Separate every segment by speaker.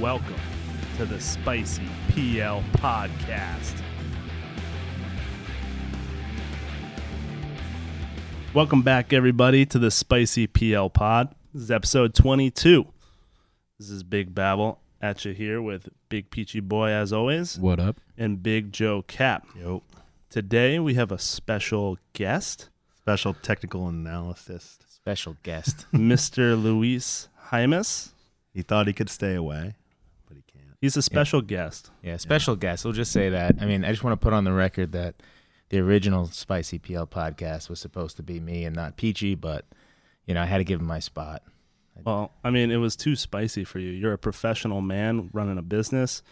Speaker 1: Welcome to the Spicy PL Podcast. Welcome back, everybody, to the Spicy PL Pod. This is episode 22. This is Big Babel at you here with Big Peachy Boy, as always,
Speaker 2: What up?
Speaker 1: and Big Joe Cap.
Speaker 3: Yo.
Speaker 1: Today, we have a special guest,
Speaker 3: Special technical analysis.
Speaker 2: Special guest.
Speaker 1: Mr. Luis Jaimes.
Speaker 3: He thought he could stay away, but he can't.
Speaker 1: He's a special guest.
Speaker 4: Yeah, special guest. We'll just say that. I mean, I just want to put on the record that the original Spicy PL podcast was supposed to be me and not Peachy, but you know, I had to give him my spot.
Speaker 1: Well, I mean, it was too spicy for you. You're a professional man running a business.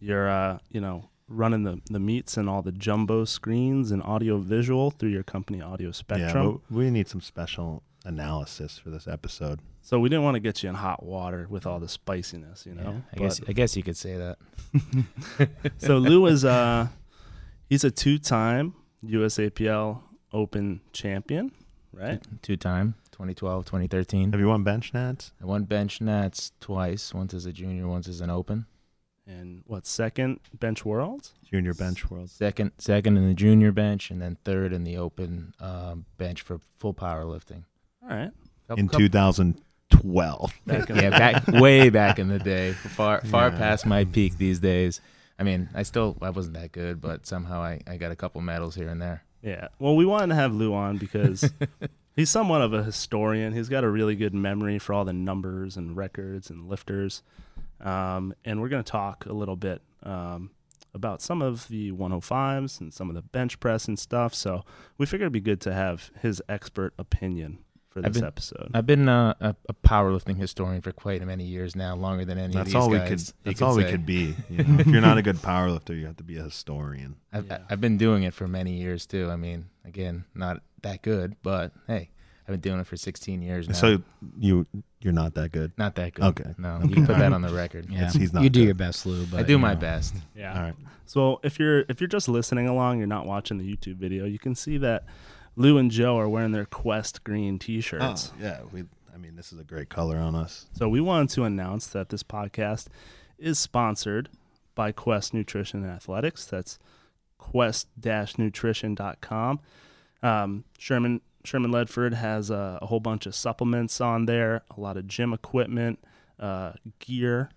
Speaker 1: You're, uh, you know, running the, the meets and all the jumbo screens and audio visual through your company, Audio Spectrum.
Speaker 3: Yeah, but we need some special analysis for this episode.
Speaker 1: so we didn't want to get you in hot water with all the spiciness, you know.
Speaker 4: Yeah, I
Speaker 1: But-
Speaker 4: guess I guess you could say that.
Speaker 1: so Lou is uh, he's a two-time USAPL Open champion, right?
Speaker 4: Two time, 2012, 2013.
Speaker 3: Have you won bench nats?
Speaker 4: I won bench nats twice. Once as a junior, once as an open.
Speaker 1: And what second bench world?
Speaker 3: Junior bench world.
Speaker 4: Second, second in the junior bench, and then third in the open um, bench for full powerlifting.
Speaker 1: All right.
Speaker 4: Couple-
Speaker 3: In
Speaker 4: couple-
Speaker 3: 2012.
Speaker 1: Back in the
Speaker 4: yeah, back way back in the day, far far
Speaker 3: Yeah.
Speaker 4: past my peak these days. I mean, I still I wasn't that good, but somehow I, I got a couple medals here and there.
Speaker 1: Yeah. Well, we wanted to have Lou on because he's somewhat of a historian. He's got a really good memory for all the numbers and records and lifters. Um, and we're going to talk a little bit um, about some of the 105s and some of the bench press and stuff. So we figured it'd be good to have his expert opinion for
Speaker 4: I've
Speaker 1: this
Speaker 4: been-
Speaker 1: episode.
Speaker 4: I've been uh, a, a powerlifting historian for quite many years now, longer than any of
Speaker 3: That's
Speaker 4: these
Speaker 3: all we
Speaker 4: guys,
Speaker 3: could.
Speaker 4: you
Speaker 3: That's all we
Speaker 4: say.
Speaker 3: could be. you know? if you're not a good powerlifter, you have to be a historian.
Speaker 4: I've,
Speaker 1: Yeah.
Speaker 4: I've been doing it for many years too. I mean, again, not that good, but hey, I've been doing it for 16 years now.
Speaker 3: So you you're not that good.
Speaker 4: not that good.
Speaker 3: Okay.
Speaker 4: No, you can put that on the record.
Speaker 2: Yeah,
Speaker 3: he's not
Speaker 2: you do
Speaker 3: good.
Speaker 2: your best, Lou. But
Speaker 4: I do
Speaker 2: you
Speaker 4: my
Speaker 2: know.
Speaker 4: best.
Speaker 1: yeah.
Speaker 3: All right.
Speaker 1: So if you're if you're just listening along, you're not watching the YouTube video. You can see that Lou and Joe are wearing their Quest green
Speaker 3: Oh,
Speaker 4: Ah.
Speaker 1: T-shirts.
Speaker 3: yeah. We. I mean, this is a great color on us.
Speaker 1: So we wanted to announce that this podcast is sponsored by Quest Nutrition and Athletics. That's quest-nutrition.com. Um, Sherman Sherman Ledford has a, a whole bunch of supplements on there, a lot of gym equipment, uh, gear,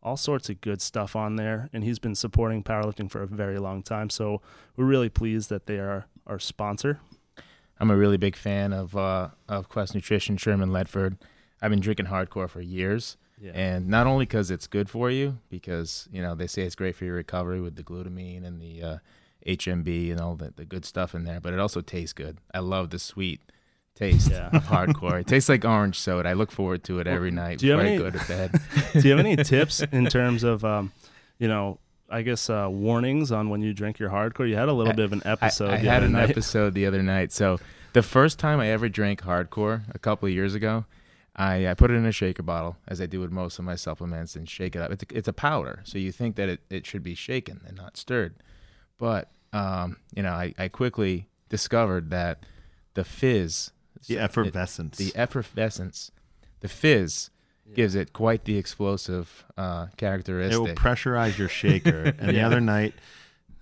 Speaker 1: all sorts of good stuff on there. And he's been supporting powerlifting for a very long time. So we're really pleased that they are our sponsor.
Speaker 4: I'm a really big fan of uh, of Quest Nutrition, Sherman Ledford. I've been drinking hardcore for years,
Speaker 1: Yeah.
Speaker 4: and not only because it's good for you, because you know they say it's great for your recovery with the glutamine and the uh, HMB and all the, the good stuff in there, but it also tastes good. I love the sweet taste
Speaker 1: Yeah.
Speaker 4: of hardcore. it tastes like orange soda. I look forward to it every night
Speaker 1: do you have
Speaker 4: before I
Speaker 1: any-
Speaker 4: go to bed.
Speaker 1: Do you have any tips in terms of, um, you know, I guess uh, warnings on when you drink your hardcore? You had a little bit of an
Speaker 4: I-
Speaker 1: episode.
Speaker 4: I,
Speaker 1: the
Speaker 4: had
Speaker 1: other
Speaker 4: an
Speaker 1: night.
Speaker 4: episode the other night. So the first time I ever drank hardcore a couple of years ago, I, I put it in a shaker bottle, as I do with most of my supplements, and shake it up. It's a, it's a powder, so you think that it, it should be shaken and not stirred. But um, you know, I, I quickly discovered that the fizz,
Speaker 3: The effervescence.
Speaker 4: the effervescence, the fizz gives it quite the explosive uh,
Speaker 3: It
Speaker 4: characteristic.
Speaker 3: will pressurize your shaker. and the other night,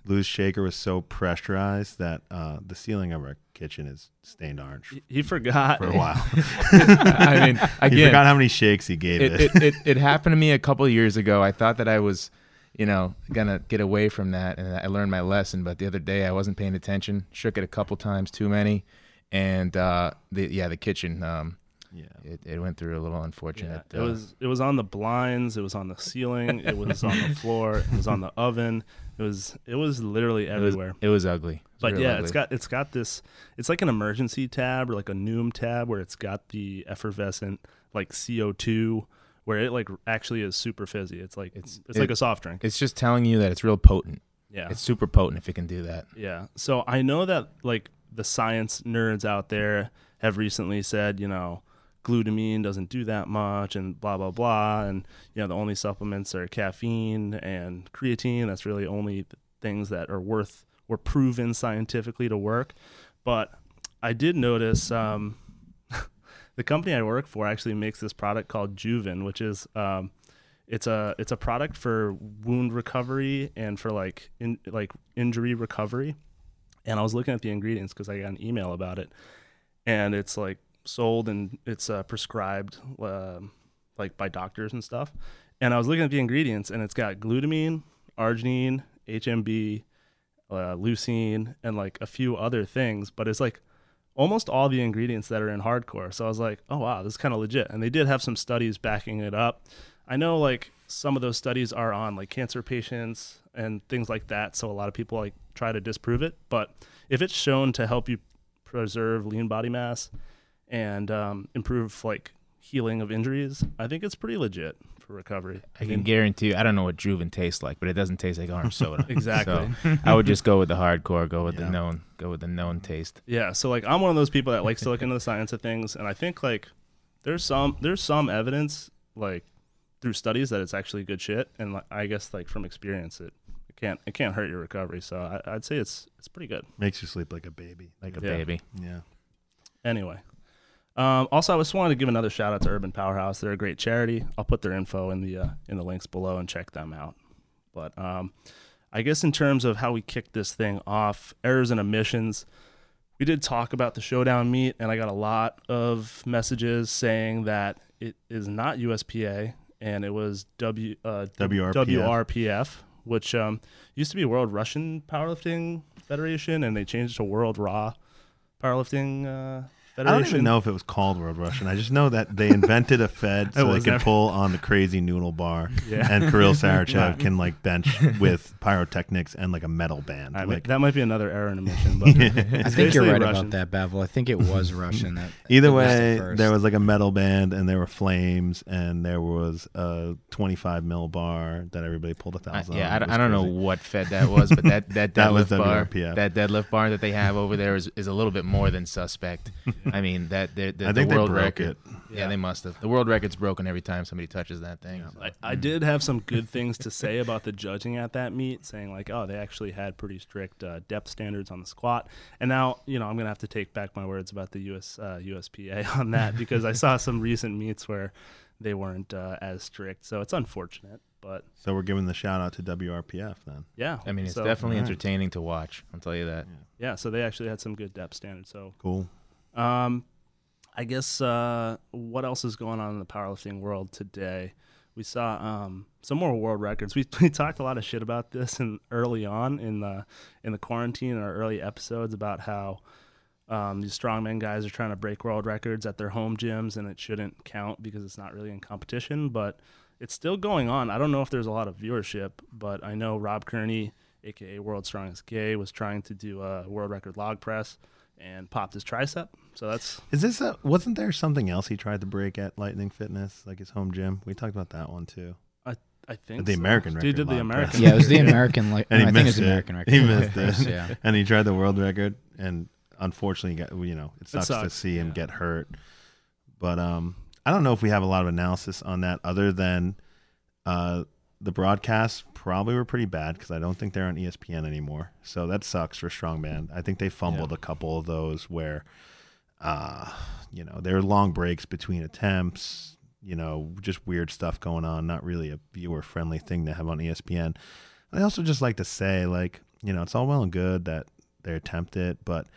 Speaker 3: Lou's shaker was so pressurized that uh, the ceiling of our kitchen is stained orange
Speaker 1: He- He forgot.
Speaker 3: for a while.
Speaker 4: I mean, again,
Speaker 3: he forgot how many shakes he gave
Speaker 4: it,
Speaker 3: it.
Speaker 4: it, it, it happened to me a couple of years ago. I thought that I was, you know, gonna get away from that, and I learned my lesson. But the other day, I wasn't paying attention, shook it a couple times too many, and uh, the yeah, the kitchen, um,
Speaker 3: yeah.
Speaker 4: it, it went through a little
Speaker 1: Yeah,
Speaker 4: unfortunate.
Speaker 1: it
Speaker 4: uh,
Speaker 1: was it was on the blinds. It was on the ceiling. It was on the floor. It was on the oven. It was it was literally
Speaker 4: it was-
Speaker 1: everywhere.
Speaker 4: It was ugly. It was
Speaker 1: but
Speaker 4: real
Speaker 1: yeah,
Speaker 4: ugly.
Speaker 1: it's got it's got this. It's like an emergency tab or like a Noom tab where it's got the effervescent like CO two where it like actually is super fizzy. It's like it's,
Speaker 4: It's-
Speaker 1: it's like
Speaker 4: it-
Speaker 1: a soft drink.
Speaker 4: It's just telling you that it's real potent.
Speaker 1: Yeah,
Speaker 4: It's super potent if it can do that.
Speaker 1: Yeah. So I know that like the science nerds out there have recently said, you know, glutamine doesn't do that much and blah blah blah and you know the only supplements are caffeine and creatine. That's really only th- things that are worth were proven scientifically to work. But I did notice um the company I work for actually makes this product called Juven, which is um It's a it's a product for wound recovery and for like in like injury recovery. And I was looking at the ingredients because I got an email about it, and it's like sold and it's uh, prescribed um like by doctors and stuff. And I was looking at the ingredients, and it's got glutamine, arginine, HMB, uh, leucine, and like a few other things. But it's like almost all the ingredients that are in hardcore. So I was like, oh wow, this is kind of legit. And they did have some studies backing it up. I know like some of those studies are on like cancer patients and things like that. So a lot of people like try to disprove it. But if it's shown to help you preserve lean body mass and um, improve like healing of injuries, I think it's pretty legit for recovery.
Speaker 4: I can guarantee. I don't know what Juven tastes like, but it doesn't taste like orange soda.
Speaker 1: Exactly.
Speaker 4: So I would just go with the hardcore. Go with
Speaker 3: Yeah.
Speaker 4: the known. Go with the known taste.
Speaker 1: Yeah, so like I'm one of those people that likes to look into the science of things, and I think like there's some there's some evidence like through studies that it's actually good shit, and like, I guess like from experience it it can't it can't hurt your recovery. So I, I'd say it's it's pretty good.
Speaker 3: Makes you sleep like a baby.
Speaker 4: Like a
Speaker 1: Yeah.
Speaker 4: baby.
Speaker 3: Yeah.
Speaker 1: Anyway, um, also I just wanted to give another shout out to Urban Powerhouse. They're a great charity. I'll put their info in the uh, in the links below and check them out. But um, I guess in terms of how we kicked this thing off, errors and omissions. We did talk about the showdown meet, and I got a lot of messages saying that it is not USPA and it was W uh,
Speaker 3: WRPF.
Speaker 1: WRPF, which um, used to be World Russian Powerlifting Federation, and they changed it to World Raw Powerlifting uh,
Speaker 3: I
Speaker 1: Federation.
Speaker 3: don't even know if it was called World Russian. I just know that they invented a Fed so they
Speaker 1: was
Speaker 3: could
Speaker 1: never-
Speaker 3: pull on the crazy noodle bar,
Speaker 1: Yeah.
Speaker 3: and Kirill Sarachev can like bench with pyrotechnics and like a metal band.
Speaker 1: I mean,
Speaker 3: like
Speaker 1: that might be another error in omission, but
Speaker 2: I think you're
Speaker 1: basically
Speaker 2: right
Speaker 1: Russian.
Speaker 2: about that, Bevel. I think it was Russian. That
Speaker 3: either
Speaker 2: that was the
Speaker 3: way,
Speaker 2: first.
Speaker 3: there was like a metal band, and there were flames, and there was a 25 mil bar that everybody pulled a
Speaker 4: I,
Speaker 3: thousand.
Speaker 4: yeah, I,
Speaker 3: on.
Speaker 4: don't-
Speaker 3: It
Speaker 4: I don't
Speaker 3: was
Speaker 4: know
Speaker 3: crazy.
Speaker 4: what fed that was, but that that deadlift
Speaker 3: That was
Speaker 4: bar,
Speaker 3: WRPF.
Speaker 4: that deadlift bar that they have over there is, is a little bit more than suspect. I mean, that the, the,
Speaker 3: I think
Speaker 4: the
Speaker 3: they
Speaker 4: world
Speaker 3: broke
Speaker 4: record.
Speaker 3: it.
Speaker 4: Yeah. they must have. The world record's broken every time somebody touches that thing. so.
Speaker 1: I, I did have some good things to say about the judging at that meet, saying like, oh, they actually had pretty strict uh, depth standards on the squat. And now, you know, I'm gonna have to take back my words about the US uh, USPA on that because I saw some recent meets where they weren't uh, as strict. So it's unfortunate, but
Speaker 3: So we're giving the shout out to WRPF then.
Speaker 1: yeah.
Speaker 4: I mean, it's
Speaker 1: so,
Speaker 4: definitely
Speaker 3: alright.
Speaker 4: entertaining to watch. I'll tell you that.
Speaker 1: yeah. So they actually had some good depth standards. So
Speaker 3: Cool.
Speaker 1: Um, I guess uh, what else is going on in the powerlifting world today? We saw um, some more world records. We, we talked a lot of shit about this in, early on in the in the quarantine in our early episodes about how um, these strongman guys are trying to break world records at their home gyms, and it shouldn't count because it's not really in competition. But it's still going on. I don't know if there's a lot of viewership, but I know Rob Kearney, aka World's Strongest Gay, was trying to do a world record log press and popped his tricep. So that's
Speaker 3: Is this a, wasn't there something else he tried to break at Lightning Fitness, like his home gym? We talked about that one too.
Speaker 1: I I think
Speaker 3: The
Speaker 1: so.
Speaker 3: American
Speaker 1: Dude
Speaker 3: record
Speaker 1: did the
Speaker 3: log press.
Speaker 1: American.
Speaker 2: yeah, it was the
Speaker 1: record.
Speaker 2: American. Like,
Speaker 3: And he
Speaker 2: I think it was
Speaker 3: missed it.
Speaker 2: American record.
Speaker 3: He missed
Speaker 2: Yes,
Speaker 3: it.
Speaker 2: Yeah.
Speaker 3: And he tried the world record, and unfortunately, got you know it sucks, to
Speaker 1: sucks,
Speaker 3: see him
Speaker 1: yeah.
Speaker 3: get hurt. But um, I don't know if we have a lot of analysis on that, other than uh, the broadcasts probably were pretty bad because I don't think they're on E ESPN anymore. So that sucks for strongman. I think they fumbled a couple of those where, uh, you know, there were long breaks between attempts. You know, just weird stuff going on. Not really a viewer friendly thing to have on E ESPN. I also just like to say, like, you know, it's all well and good that they attempt it, but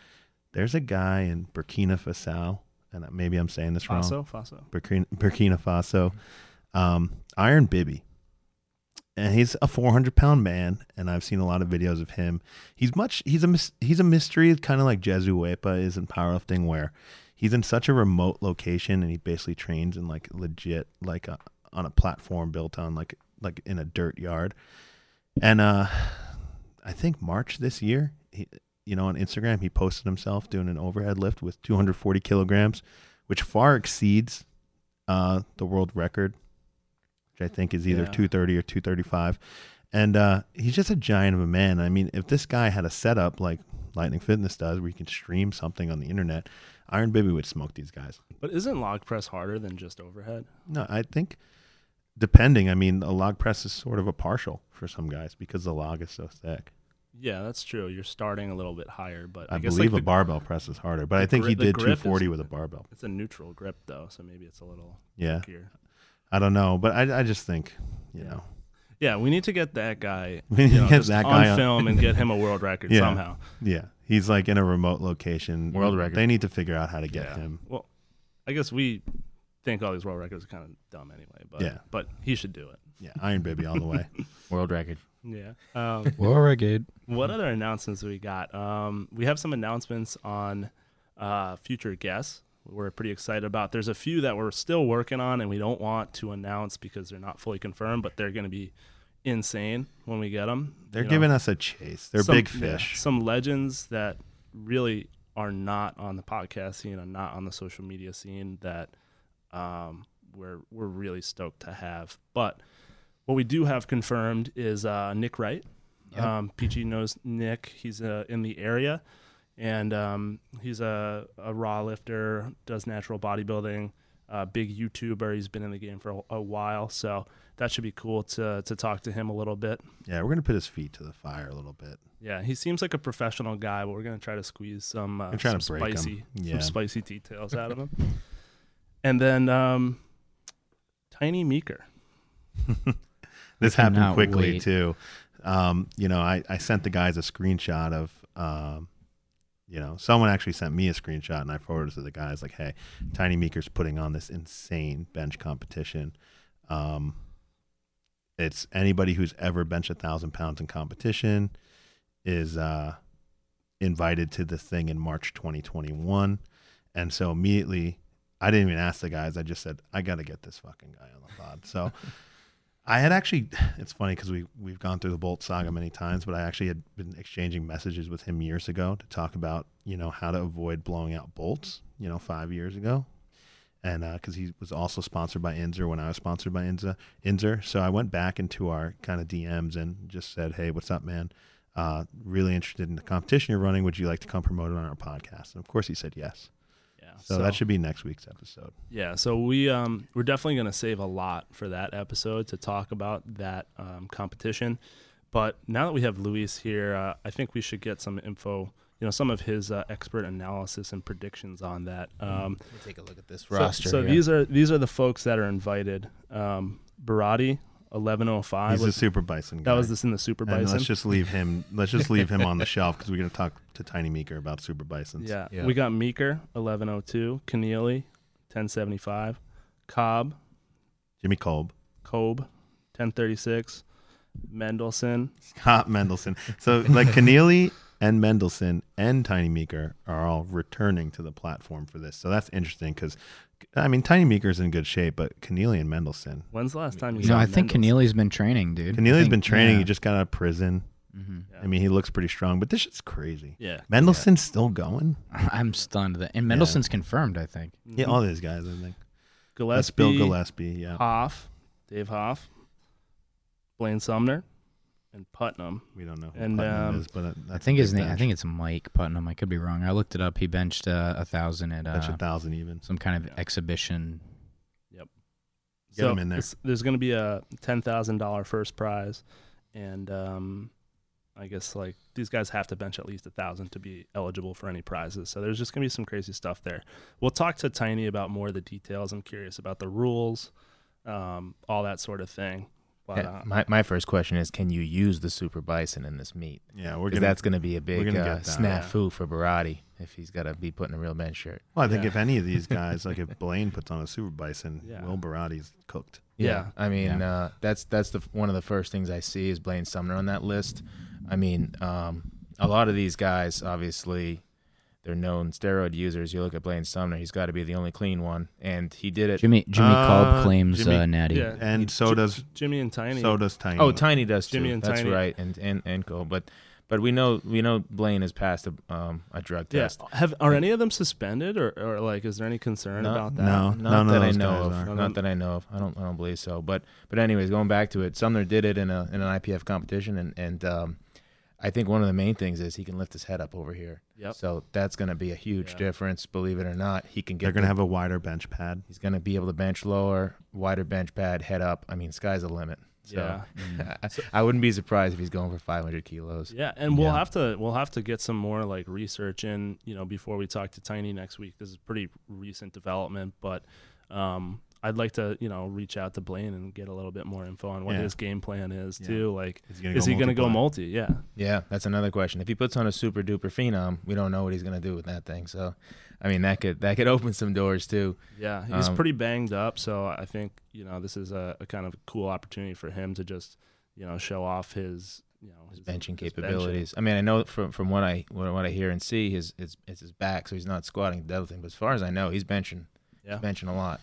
Speaker 3: there's a guy in Burkina Faso, and maybe I'm saying this wrong.
Speaker 1: Faso, Faso.
Speaker 3: Burkina, Burkina Faso, um, Iron Bibby. And he's a 400 pound man, and I've seen a lot of videos of him. He's much he's a mys- he's a mystery, kind of like Jesu Wepa is in powerlifting, where he's in such a remote location, and he basically trains in like legit like uh, a, on a platform built on like like in a dirt yard. And uh, I think March this year, he, you know, on Instagram, he posted himself doing an overhead lift with 240 kilograms, which far exceeds uh, the world record, which I think is either
Speaker 1: Yeah.
Speaker 3: 230 or 235. And uh, he's just a giant of a man. I mean, if this guy had a setup like Lightning Fitness does, where you can stream something on the internet, Iron Bibby would smoke these guys.
Speaker 1: But isn't log press harder than just overhead?
Speaker 3: No, I think depending. I mean, a log press is sort of a partial for some guys because the log is so thick.
Speaker 1: Yeah, that's true. You're starting a little bit higher, but I,
Speaker 3: I,
Speaker 1: guess
Speaker 3: believe
Speaker 1: like
Speaker 3: a
Speaker 1: the,
Speaker 3: barbell press is harder, but
Speaker 1: the
Speaker 3: I think
Speaker 1: gri-
Speaker 3: he
Speaker 1: the
Speaker 3: did
Speaker 1: grip
Speaker 3: 240
Speaker 1: is-
Speaker 3: with a barbell.
Speaker 1: it's a neutral grip though, so maybe it's a little
Speaker 3: Yeah,
Speaker 1: here.
Speaker 3: I don't know, but I, I just think you know.
Speaker 1: Yeah, we need to get that guy.
Speaker 3: We need
Speaker 1: you
Speaker 3: to
Speaker 1: know,
Speaker 3: get
Speaker 1: just
Speaker 3: that
Speaker 1: on,
Speaker 3: guy on.
Speaker 1: film and get him a world record
Speaker 3: Yeah.
Speaker 1: somehow.
Speaker 3: Yeah, he's like in a remote location.
Speaker 4: World record.
Speaker 3: They need to figure out how to get
Speaker 1: Yeah.
Speaker 3: him.
Speaker 1: Well, I guess we think all these world records are kind of dumb anyway. But
Speaker 3: Yeah.
Speaker 1: but he should do it.
Speaker 3: Yeah, Iron Baby all the way.
Speaker 4: World record.
Speaker 1: Yeah. Um,
Speaker 2: Well, reggae.
Speaker 1: what other announcements we got? Um, we have some announcements on uh, future guests. We're pretty excited about. There's a few that we're still working on, and we don't want to announce because they're not fully confirmed. But they're going to be insane when we get them.
Speaker 3: They're giving us a chase. They're
Speaker 1: some-
Speaker 3: big
Speaker 1: yeah,
Speaker 3: fish.
Speaker 1: some legends that really are not on the podcast scene and not on the social media scene that um, we're we're really stoked to have. But what we do have confirmed is uh, Nick Wright. Um, PG knows Nick. He's uh, in the area, and um, he's a, a raw lifter, does natural bodybuilding, uh, big YouTuber. He's been in the game for a, a while, so that should be cool to to talk to him a little bit.
Speaker 3: Yeah, we're gonna put his feet to the fire a little bit.
Speaker 1: Yeah, he seems like a professional guy, but we're gonna try to squeeze some, uh,
Speaker 3: We're trying
Speaker 1: some
Speaker 3: to break him.
Speaker 1: spicy,
Speaker 3: Yeah.
Speaker 1: some spicy details out of him. and then um, Tiny Meeker.
Speaker 3: This happened
Speaker 2: cannot
Speaker 3: quickly
Speaker 2: wait.
Speaker 3: too. Um, you know, I, I sent the guys a screenshot of um, you know, someone actually sent me a screenshot and I forwarded it to the guys like, hey, Tiny Meeker's putting on this insane bench competition. Um, it's anybody who's ever benched a thousand pounds in competition is uh, invited to this thing in March 2021. And so immediately, I didn't even ask the guys. I just said, I got to get this fucking guy on the pod. So I had actually, it's funny because we, we've gone through the Bolt saga many times, but I actually had been exchanging messages with him years ago to talk about, you know, how to avoid blowing out bolts, you know, five years ago. And because he was also sponsored by Inzer when I was sponsored by Inza, Inzer. So I went back into our kind of DMs and just said, hey, what's up, man? Uh, really interested in the competition you're running. Would you like to come promote it on our podcast? And of course he said yes.
Speaker 1: Yeah,
Speaker 3: So, that should be next week's episode.
Speaker 1: yeah. So we um, we're definitely gonna save a lot for that episode to talk about that um, competition. But now that we have Luis here, uh, I think we should get some info. You know, some of his uh, expert analysis and predictions on that.
Speaker 3: Mm-hmm.
Speaker 1: Um,
Speaker 4: Let me take a look at this
Speaker 1: So- So, these are these are the folks that are invited. Um, Barati, eleven oh five.
Speaker 3: He's a super bison guy.
Speaker 1: That was this in the Super
Speaker 3: and
Speaker 1: Bison.
Speaker 3: let's just leave him. Let's just leave him on the shelf because we're gonna talk to Tiny Meeker about super bisons.
Speaker 1: yeah.
Speaker 4: Yeah.
Speaker 1: we got Meeker, eleven oh two. Keneally, ten seventy five. Cobb,
Speaker 3: Jimmy Kolb,
Speaker 1: Kobe, ten thirty six. Mendelson,
Speaker 3: Scott Mendelson. So like Keneally and Mendelson and Tiny Meeker are all returning to the platform for this. So that's interesting because, I mean, Tiny Meeker's in good shape, but Keneally and Mendelson.
Speaker 1: when's the last time you
Speaker 2: No,
Speaker 1: saw
Speaker 2: I think
Speaker 1: Mendelson?
Speaker 2: Keneally's been training, dude.
Speaker 3: Keneally's been training. He just got out of prison.
Speaker 2: hmm
Speaker 1: Yeah.
Speaker 3: I mean, he looks pretty strong, but this shit's crazy.
Speaker 1: Yeah.
Speaker 3: Mendelson's still going.
Speaker 2: I'm stunned that, and Mendelson's confirmed. I think.
Speaker 3: Yeah, all these guys. I think
Speaker 1: Gillespie,
Speaker 3: that's Bill Gillespie. Yeah.
Speaker 1: Hoff, Dave Hoff, Blaine Sumner, and Putnam.
Speaker 3: We don't know who
Speaker 1: And,
Speaker 3: Putnam
Speaker 1: um,
Speaker 3: is, but uh, that's
Speaker 2: I think
Speaker 3: a
Speaker 2: his
Speaker 3: big
Speaker 2: name. I
Speaker 3: bench.
Speaker 2: think it's Mike Putnam. I could be wrong. I looked it up. He benched uh, a thousand at
Speaker 3: bench a
Speaker 2: uh,
Speaker 3: thousand even.
Speaker 2: some kind of
Speaker 1: Yeah.
Speaker 2: exhibition.
Speaker 3: Get him in there.
Speaker 1: it's- There's going to be a ten thousand dollar first prize, and um, I guess like these guys have to bench at least a thousand to be eligible for any prizes. So there's just going to be some crazy stuff there. We'll talk to Tiny about more of the details. I'm curious about the rules, um, all that sort of thing. But uh,
Speaker 4: my, my first question is can you use the super bison in this meat?
Speaker 3: Yeah, we're
Speaker 4: Because
Speaker 3: gonna.
Speaker 4: that's going to be a big
Speaker 3: gonna
Speaker 4: uh,
Speaker 3: get that,
Speaker 1: yeah.
Speaker 4: snafu for Barati if he's got to be put in a real bench shirt.
Speaker 3: Well, I think
Speaker 1: yeah.
Speaker 3: if any of these guys, like if Blaine puts on a super bison,
Speaker 1: Yeah.
Speaker 3: Will Barati's cooked.
Speaker 1: Yeah.
Speaker 4: I mean,
Speaker 2: Yeah.
Speaker 4: uh, that's that's the one of the first things I see is Blaine Sumner on that list. I mean, um, a lot of these guys, obviously, they're known steroid users. You look at Blaine Sumner; he's got to be the only clean one, and he did it.
Speaker 2: Jimmy Jimmy
Speaker 3: Uh,
Speaker 2: Kolb claims
Speaker 3: Jimmy-
Speaker 2: uh, Natty.
Speaker 1: yeah,
Speaker 3: And so
Speaker 1: Ji-
Speaker 3: does
Speaker 1: Jimmy and Tiny.
Speaker 3: so does Tiny.
Speaker 4: Oh, Tiny does too.
Speaker 1: Jimmy and
Speaker 4: That's
Speaker 1: Tiny.
Speaker 4: right, and and and Cole. But but we know we know Blaine has passed a um, a drug
Speaker 1: yeah.
Speaker 4: test.
Speaker 1: Have are any of them suspended or, or like is there any concern
Speaker 4: No,
Speaker 1: about that?
Speaker 3: No,
Speaker 4: Not
Speaker 3: none
Speaker 4: that
Speaker 3: of
Speaker 4: I
Speaker 3: those
Speaker 4: know
Speaker 3: guys
Speaker 4: of.
Speaker 3: are.
Speaker 1: No, no.
Speaker 4: Not that I know of. I don't. I don't believe so. But but anyways, going back to it, Sumner did it in a in an IPF competition, and and um, I think one of the main things is he can lift his head up over here.
Speaker 1: Yep.
Speaker 4: So that's going to be a huge
Speaker 1: Yeah.
Speaker 4: difference, believe it or not. He can get.
Speaker 3: They're gonna
Speaker 4: the-
Speaker 3: have a wider bench pad.
Speaker 4: He's going to be able to bench lower, wider bench pad, head up. I mean, sky's the limit. So
Speaker 1: Yeah.
Speaker 2: Mm.
Speaker 3: Mm-hmm.
Speaker 4: I, I wouldn't be surprised if he's going for 500 kilos.
Speaker 1: Yeah, and we'll
Speaker 4: Yeah.
Speaker 1: have to we'll have to get some more like research in, you know, before we talk to Tiny next week. This is pretty recent development, but um, I'd like to, you know, reach out to Blaine and get a little bit more info on what
Speaker 3: Yeah.
Speaker 1: his game plan is
Speaker 3: Yeah.
Speaker 1: too. Like,
Speaker 3: Is
Speaker 1: is he going to go
Speaker 3: multiply?
Speaker 1: multi? Yeah,
Speaker 4: Yeah, that's another question. If he puts on a super duper phenom, we don't know what he's gonna do with that thing. So, I mean, that could that could open some doors too.
Speaker 1: yeah. He's
Speaker 4: Um,
Speaker 1: pretty banged up, so I think you know this is a, a kind of cool opportunity for him to just, you know, show off his, you know, his
Speaker 4: benching
Speaker 1: his benching.
Speaker 4: capabilities. I mean, I know from from what I what, what I hear and see, his it's it's his back, so he's not squatting deadlifting. But as far as I know, he's benching,
Speaker 1: Yeah.
Speaker 4: he's benching a lot.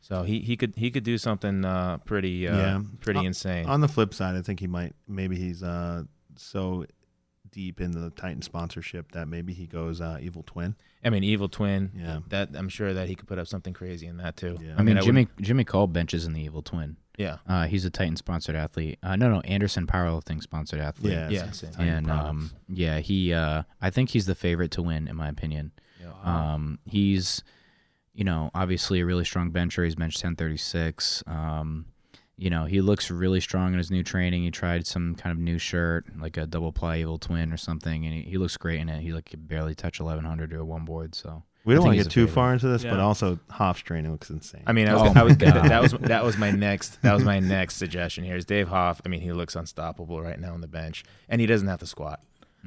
Speaker 4: So he, he could he could do something uh, pretty uh,
Speaker 3: Yeah. uh,
Speaker 4: pretty
Speaker 3: On-
Speaker 4: insane.
Speaker 3: On the flip side, I think he might. Maybe he's uh so deep in the Titan sponsorship that maybe he goes uh, evil twin.
Speaker 4: I mean, Evil Twin.
Speaker 3: Yeah.
Speaker 4: That I'm sure that he could put up something crazy in that too.
Speaker 3: Yeah.
Speaker 2: I mean,
Speaker 4: I would-
Speaker 2: Jimmy Jimmy Cole benches in the Evil Twin.
Speaker 4: Yeah,
Speaker 2: Uh, he's a Titan sponsored athlete. Uh, no, no, Anderson powerlifting sponsored athlete.
Speaker 3: Yeah.
Speaker 4: yeah,
Speaker 3: it's
Speaker 4: same.
Speaker 3: Titan
Speaker 2: and
Speaker 3: products.
Speaker 2: um, yeah, he. Uh, I think he's the favorite to win, in my opinion.
Speaker 4: Yeah.
Speaker 2: Um, he's, you know, obviously a really strong bencher. He's bench ten thirty six. Um, you know, he looks really strong in his new training. He tried some kind of new shirt, like a double ply evil twin or something, and he, he looks great in it. He like could barely touch eleven hundred or one board. So
Speaker 3: we don't
Speaker 2: I
Speaker 3: want
Speaker 2: think
Speaker 3: to
Speaker 2: he's
Speaker 3: get
Speaker 2: a
Speaker 3: too
Speaker 2: favorite.
Speaker 3: far into this, but
Speaker 1: Yeah.
Speaker 3: also Hoff's training looks insane.
Speaker 4: I mean, I was,
Speaker 2: Oh
Speaker 4: gonna- I
Speaker 2: my
Speaker 4: was that,
Speaker 2: God.
Speaker 4: that was that was my next that was my next suggestion here is Dave Hoff. I mean, he looks unstoppable right now on the bench, and he doesn't have to squat.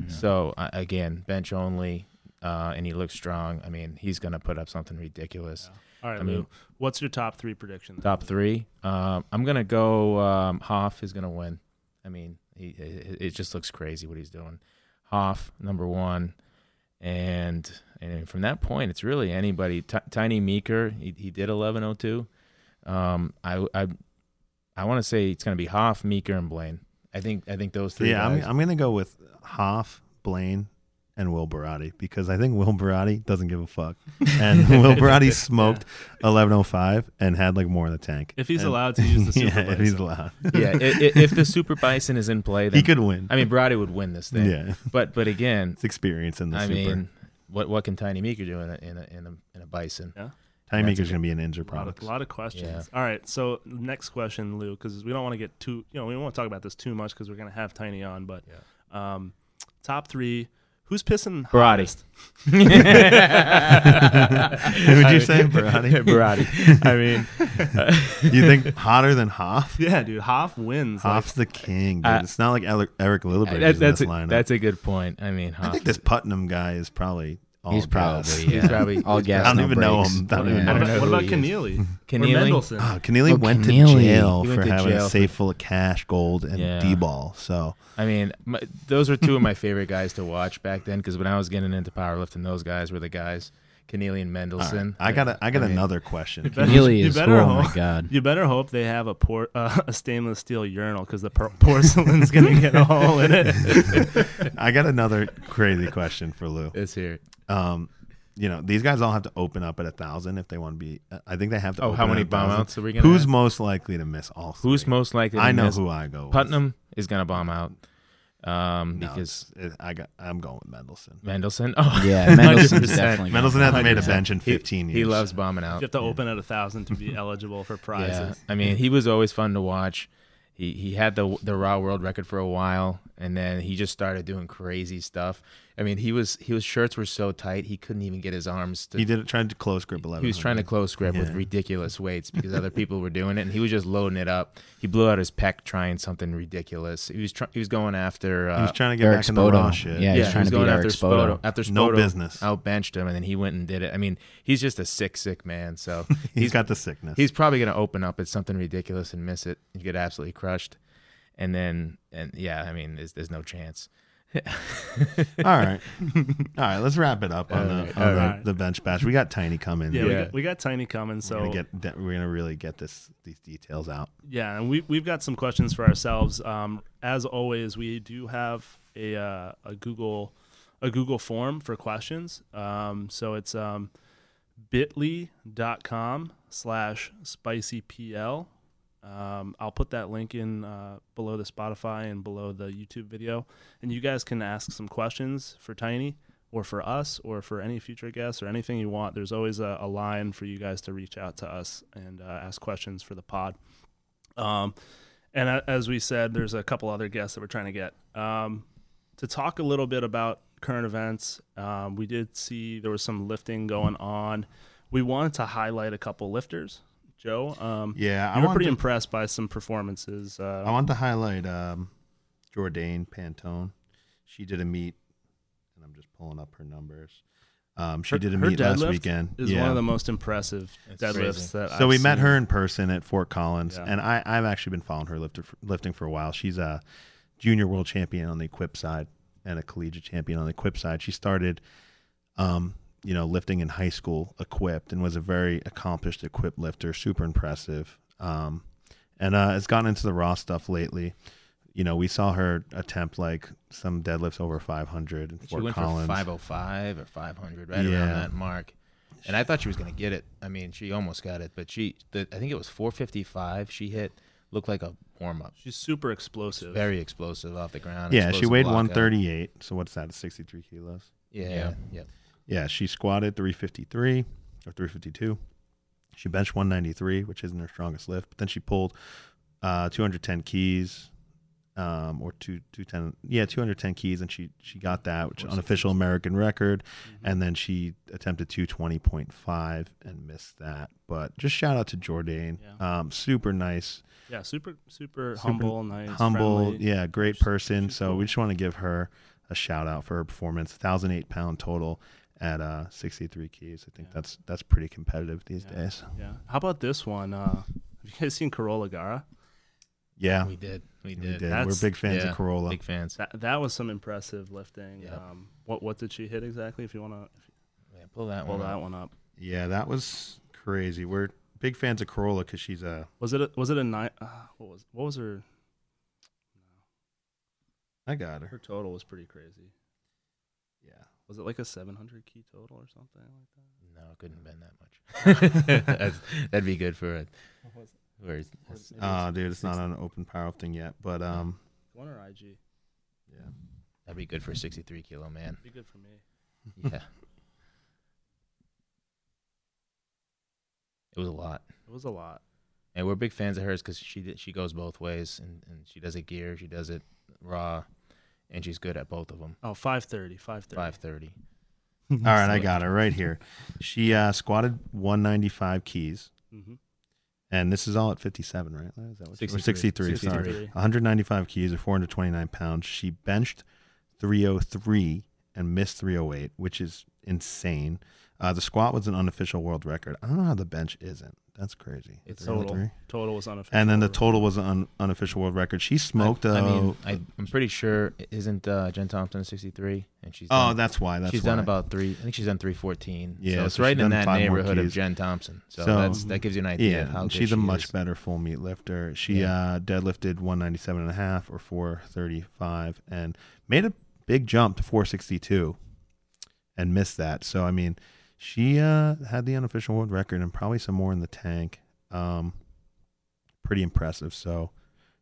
Speaker 4: So uh, again, bench only, uh, and he looks strong. I mean, he's gonna put up something ridiculous.
Speaker 1: All right,
Speaker 4: I mean-
Speaker 1: Lou, what's your top three prediction? then?
Speaker 4: Top three, um, I'm gonna go. Um, Hoff is gonna win. I mean, he, it, it just looks crazy what he's doing. Hoff number one, and and from that point, it's really anybody. T- Tiny Meeker, he, he did 11:02. Um, I I I want to say it's gonna be Hoff, Meeker, and Blaine. I think I think those three.
Speaker 3: yeah, I'm,
Speaker 4: guys-
Speaker 3: I'm gonna go with Hoff, Blaine, and Will Barati because I think Will Barati doesn't give a fuck, and Will Barati smoked 11:05 and had like more in the tank.
Speaker 1: If he's
Speaker 3: And-
Speaker 1: allowed to use the super
Speaker 3: yeah, if he's allowed,
Speaker 4: yeah, i- i- if the Super Bison is in play, then
Speaker 3: he could win.
Speaker 4: I mean, Brady would win this thing.
Speaker 3: yeah,
Speaker 4: But but again,
Speaker 3: it's experience in the
Speaker 4: I
Speaker 3: super.
Speaker 4: mean, what what can Tiny Meeker do in a in a in a, in a Bison?
Speaker 3: Time
Speaker 4: that's
Speaker 3: Maker's
Speaker 4: a-
Speaker 3: gonna be an injured
Speaker 1: A lot,
Speaker 3: product.
Speaker 1: of, lot of questions. All right. So next question, Lou, because we don't want to get too, you know, we won't talk about this too much because we're gonna have Tiny on. But um, top three, who's pissing?
Speaker 4: Brady.
Speaker 1: hottest?
Speaker 3: Who'd you say, Barati?
Speaker 4: Brady. I mean,
Speaker 3: you think hotter than Hoff?
Speaker 1: Yeah, dude. Hoff wins. like-
Speaker 3: Hoff's the king. Dude.
Speaker 4: Uh,
Speaker 3: it's not like Ele- Eric Lillibrand
Speaker 4: that,
Speaker 3: in this
Speaker 4: that's a,
Speaker 3: lineup.
Speaker 4: that's a good point. I mean, Hoff,
Speaker 3: I think this Putnam guy is probably. All
Speaker 2: he's
Speaker 3: gas.
Speaker 2: probably yeah.
Speaker 4: He's probably-
Speaker 2: all
Speaker 4: he's
Speaker 2: gas.
Speaker 3: I don't
Speaker 2: no
Speaker 3: even know
Speaker 2: brakes.
Speaker 3: him. I don't
Speaker 2: Yeah.
Speaker 3: even
Speaker 1: what
Speaker 4: I don't
Speaker 1: about,
Speaker 4: know
Speaker 1: what
Speaker 4: who
Speaker 1: about
Speaker 4: he
Speaker 1: Keneally?
Speaker 4: is.
Speaker 1: Or
Speaker 4: Keneally? Ah.
Speaker 1: Mendelson?
Speaker 3: Oh, Keneally
Speaker 2: Oh,
Speaker 3: went to
Speaker 2: Keneally.
Speaker 3: jail
Speaker 4: He
Speaker 3: for
Speaker 4: went to
Speaker 3: having
Speaker 4: jail
Speaker 3: a
Speaker 4: for-
Speaker 3: safe full of cash, gold, and
Speaker 4: Yeah.
Speaker 3: D-ball. So
Speaker 4: I mean, my, those were two of my favorite guys to watch back then because when I was getting into powerlifting, those guys were the guys. Keneally and
Speaker 3: all right.
Speaker 4: Mendelson.
Speaker 3: I got a, I got
Speaker 4: mean,
Speaker 3: another question.
Speaker 1: better-
Speaker 2: Keneally
Speaker 1: you
Speaker 2: is.
Speaker 1: better
Speaker 2: Oh
Speaker 1: hope-
Speaker 2: my god.
Speaker 1: You better hope they have a por- uh, a stainless steel urinal because the por- porcelain's gonna get a hole in it.
Speaker 3: I got another crazy question for Lou.
Speaker 4: It's here.
Speaker 3: Um, you know, these guys all have to open up at a thousand if they want to be. uh, I think they have to.
Speaker 4: Oh,
Speaker 3: open
Speaker 4: how
Speaker 3: at
Speaker 4: many
Speaker 3: 1,000.
Speaker 4: bomb outs are we gonna?
Speaker 3: Who's
Speaker 4: have?
Speaker 3: most likely to miss all? Three?
Speaker 4: who's most likely? to
Speaker 3: I know
Speaker 4: miss?
Speaker 3: who I go. With.
Speaker 4: Putnam is gonna bomb out um,
Speaker 3: No,
Speaker 4: because
Speaker 3: it's- it- I got. I'm going with Mendelson.
Speaker 4: Mendelson. Oh
Speaker 2: Yeah, Mendelson's
Speaker 4: 100%.
Speaker 2: definitely. gonna
Speaker 3: Mendelson hasn't made a
Speaker 2: 100%.
Speaker 3: bench in
Speaker 4: He-
Speaker 3: 15
Speaker 4: He,
Speaker 3: years.
Speaker 4: loves bombing out.
Speaker 1: You have to open at a thousand to be eligible for
Speaker 4: Yeah,
Speaker 1: prizes.
Speaker 4: I mean, he was always fun to watch. He he had the the raw world record for a while, and then he just started doing crazy stuff. I mean, he was he was shirts were so tight he couldn't even get his arms. To,
Speaker 3: He did trying to close grip 11.
Speaker 4: he was trying to close grip with
Speaker 3: Yeah.
Speaker 4: ridiculous weights because other people were doing it, and he was just loading it up. He blew out his pec trying something ridiculous. He was try, he was going after
Speaker 3: He
Speaker 4: uh,
Speaker 3: was trying to get
Speaker 2: Eric
Speaker 3: back in the raw
Speaker 2: Spoto.
Speaker 3: shit.
Speaker 2: Yeah, he's
Speaker 4: he
Speaker 2: trying
Speaker 4: was
Speaker 2: to
Speaker 4: going
Speaker 2: beat
Speaker 4: after
Speaker 2: Eric Spoto.
Speaker 4: After Spoto,
Speaker 3: No business.
Speaker 4: outbenched him, and then he went and did it. I mean, he's just a sick, sick man. So
Speaker 3: he's got the sickness.
Speaker 4: he's probably going to open up at something ridiculous and miss it and get absolutely crushed. And then, and yeah, I mean, there's, there's no chance.
Speaker 3: All right. All right. Let's wrap it up on the,
Speaker 4: Alright,
Speaker 3: on the,
Speaker 1: alright.
Speaker 3: the bench bash. We got Tiny coming.
Speaker 1: Yeah,
Speaker 3: We're
Speaker 1: we,
Speaker 4: Yeah.
Speaker 1: got, we got Tiny coming, so
Speaker 3: gonna get de- we're gonna really get this these details out.
Speaker 1: Yeah, and we we've got some questions for ourselves. Um, as always, we do have a uh, a Google a Google form for questions. Um, so it's um, bit.ly.com slash spicypl. Um, I'll put that link in uh, below the Spotify and below the YouTube video, and you guys can ask some questions for Tiny or for us or for any future guests or anything you want. There's always a, a line for you guys to reach out to us and uh, ask questions for the pod. Um, and a- as we said, there's a couple other guests that we're trying to get um, to talk a little bit about current events. Um, we did see there was some lifting going on. We wanted to highlight a couple lifters Joe. Um,
Speaker 3: Yeah,
Speaker 1: you
Speaker 3: I
Speaker 1: were
Speaker 3: want
Speaker 1: pretty
Speaker 3: to,
Speaker 1: impressed by some performances. Uh,
Speaker 3: I want to highlight um, Jordan Pantone. She did a meet, and I'm just pulling up her numbers. Um, she
Speaker 1: Her-
Speaker 3: did a
Speaker 1: her
Speaker 3: meet last
Speaker 1: deadlift
Speaker 3: weekend.
Speaker 1: is
Speaker 3: yeah.
Speaker 1: one of the most impressive
Speaker 4: It's
Speaker 1: deadlifts
Speaker 4: crazy.
Speaker 1: that
Speaker 3: so
Speaker 1: I've
Speaker 3: we met
Speaker 1: seen.
Speaker 3: her in person at Fort Collins,
Speaker 1: Yeah.
Speaker 3: and I, I've actually been following her lifter, lifting for a while. She's a junior world champion on the equip side and a collegiate champion on the equip side. She started, um, you know, lifting in high school equipped and was a very accomplished equip lifter, super impressive. Um, and uh, has gotten into the raw stuff lately. You know, we saw her attempt like some deadlifts over 500 in
Speaker 4: She
Speaker 3: Fort
Speaker 4: went
Speaker 3: Collins.
Speaker 4: for 505 or 500, right
Speaker 3: Yeah.
Speaker 4: around that mark. And I thought she was going to get it. I mean, she almost got it, but she, the, I think it was 455. She hit, looked like a warm up.
Speaker 1: She's super explosive.
Speaker 4: Very explosive off the ground.
Speaker 3: yeah, she
Speaker 4: explosive
Speaker 3: weighed
Speaker 4: lockout.
Speaker 3: 138. So what's that? 63 kilos.
Speaker 4: Yeah,
Speaker 2: Yeah.
Speaker 4: yeah.
Speaker 3: Yeah, she squatted 353 or 352. She benched 193, which isn't her strongest lift, but then she pulled uh, 210 keys um, or two, 210 yeah, 210 keys and she she got that, which is unofficial American record,
Speaker 1: Mm-hmm.
Speaker 3: and then she attempted 220.5 and missed that. But just shout out to Jordan. Um, super nice,
Speaker 1: Yeah, super, super,
Speaker 3: Super
Speaker 1: humble, nice,
Speaker 3: humble,
Speaker 1: friendly.
Speaker 3: yeah, great
Speaker 1: She's-
Speaker 3: person.
Speaker 1: she's
Speaker 3: so
Speaker 1: cool.
Speaker 3: we just want to give her a shout out for her performance. Thousand eight pound total at uh, sixty three keys. I think
Speaker 1: Yeah.
Speaker 3: that's that's pretty competitive these
Speaker 1: Yeah.
Speaker 3: days.
Speaker 1: Yeah. How about this one? Uh, have you guys seen Corolla Gara?
Speaker 3: Yeah,
Speaker 4: We did. We
Speaker 3: we
Speaker 4: did.
Speaker 3: did. We're
Speaker 1: That's-
Speaker 3: big fans
Speaker 4: yeah,
Speaker 3: of Corolla.
Speaker 4: Big fans.
Speaker 1: That that was some impressive lifting.
Speaker 4: Yeah.
Speaker 1: Um, what what did she hit exactly? If you want
Speaker 4: Yeah, pull that
Speaker 1: to pull
Speaker 4: one.
Speaker 1: that
Speaker 4: up.
Speaker 1: one up,
Speaker 3: yeah, that was crazy. We're big fans of Corolla because she's a.
Speaker 1: was it a, was it a nine? Uh, what was what was her
Speaker 3: I got
Speaker 1: her total was pretty crazy.
Speaker 3: Yeah,
Speaker 1: Was it like a 700 key total or something like that?
Speaker 4: No, it couldn't have been that much. That's, that'd be good for it.
Speaker 1: What was it?
Speaker 4: Where is-
Speaker 1: Or maybe it's-
Speaker 3: uh, dude, it's not on open powerlifting yet, but um,
Speaker 1: one or IG.
Speaker 3: yeah,
Speaker 4: That'd be good for a 63 kilo man.
Speaker 1: Be good for me.
Speaker 4: Yeah. it was a lot.
Speaker 1: It was a lot.
Speaker 4: And we're big fans of hers because she did, she goes both ways, and, and she does it gear, she does it raw, and she's good at both of them.
Speaker 1: Oh, 530, 530.
Speaker 4: Five thirty.
Speaker 3: All right, I got it right here. She uh, squatted one ninety five keys.
Speaker 1: Mm-hmm.
Speaker 3: And this is all at 57, right? Is that what you- or
Speaker 4: 63.
Speaker 3: 63, sorry. 195 keys or 429 pounds. She benched 303 and missed 308, which is insane. Uh, the squat was an unofficial world record. I don't know how the bench isn't. That's crazy.
Speaker 4: It's
Speaker 1: Total.
Speaker 3: 303.
Speaker 1: Total was unofficial.
Speaker 3: And then the
Speaker 1: total.
Speaker 3: total was an un- unofficial world record. She smoked.
Speaker 4: I, I mean,
Speaker 3: uh,
Speaker 4: I, I'm pretty sure i- isn't uh, Jen Thompson sixty three, and she's
Speaker 3: oh,
Speaker 4: done,
Speaker 3: that's why. That's
Speaker 4: she's
Speaker 3: why.
Speaker 4: done about three. I think she's done three fourteen.
Speaker 3: Yeah,
Speaker 4: so it's
Speaker 3: so she's
Speaker 4: right in
Speaker 3: done
Speaker 4: that
Speaker 3: five more
Speaker 4: neighborhood of
Speaker 3: keys.
Speaker 4: Jen Thompson. So,
Speaker 3: So-
Speaker 4: that's that gives you an idea
Speaker 3: yeah,
Speaker 4: of how
Speaker 3: and
Speaker 4: good
Speaker 3: she's a
Speaker 4: she
Speaker 3: much
Speaker 4: is.
Speaker 3: better full meat lifter. She
Speaker 4: Yeah.
Speaker 3: uh, deadlifted 197 and a half or 435 and made a big jump to 462 and missed that. So, I mean, she uh, had the unofficial world record and probably some more in the tank. Um, pretty impressive. So,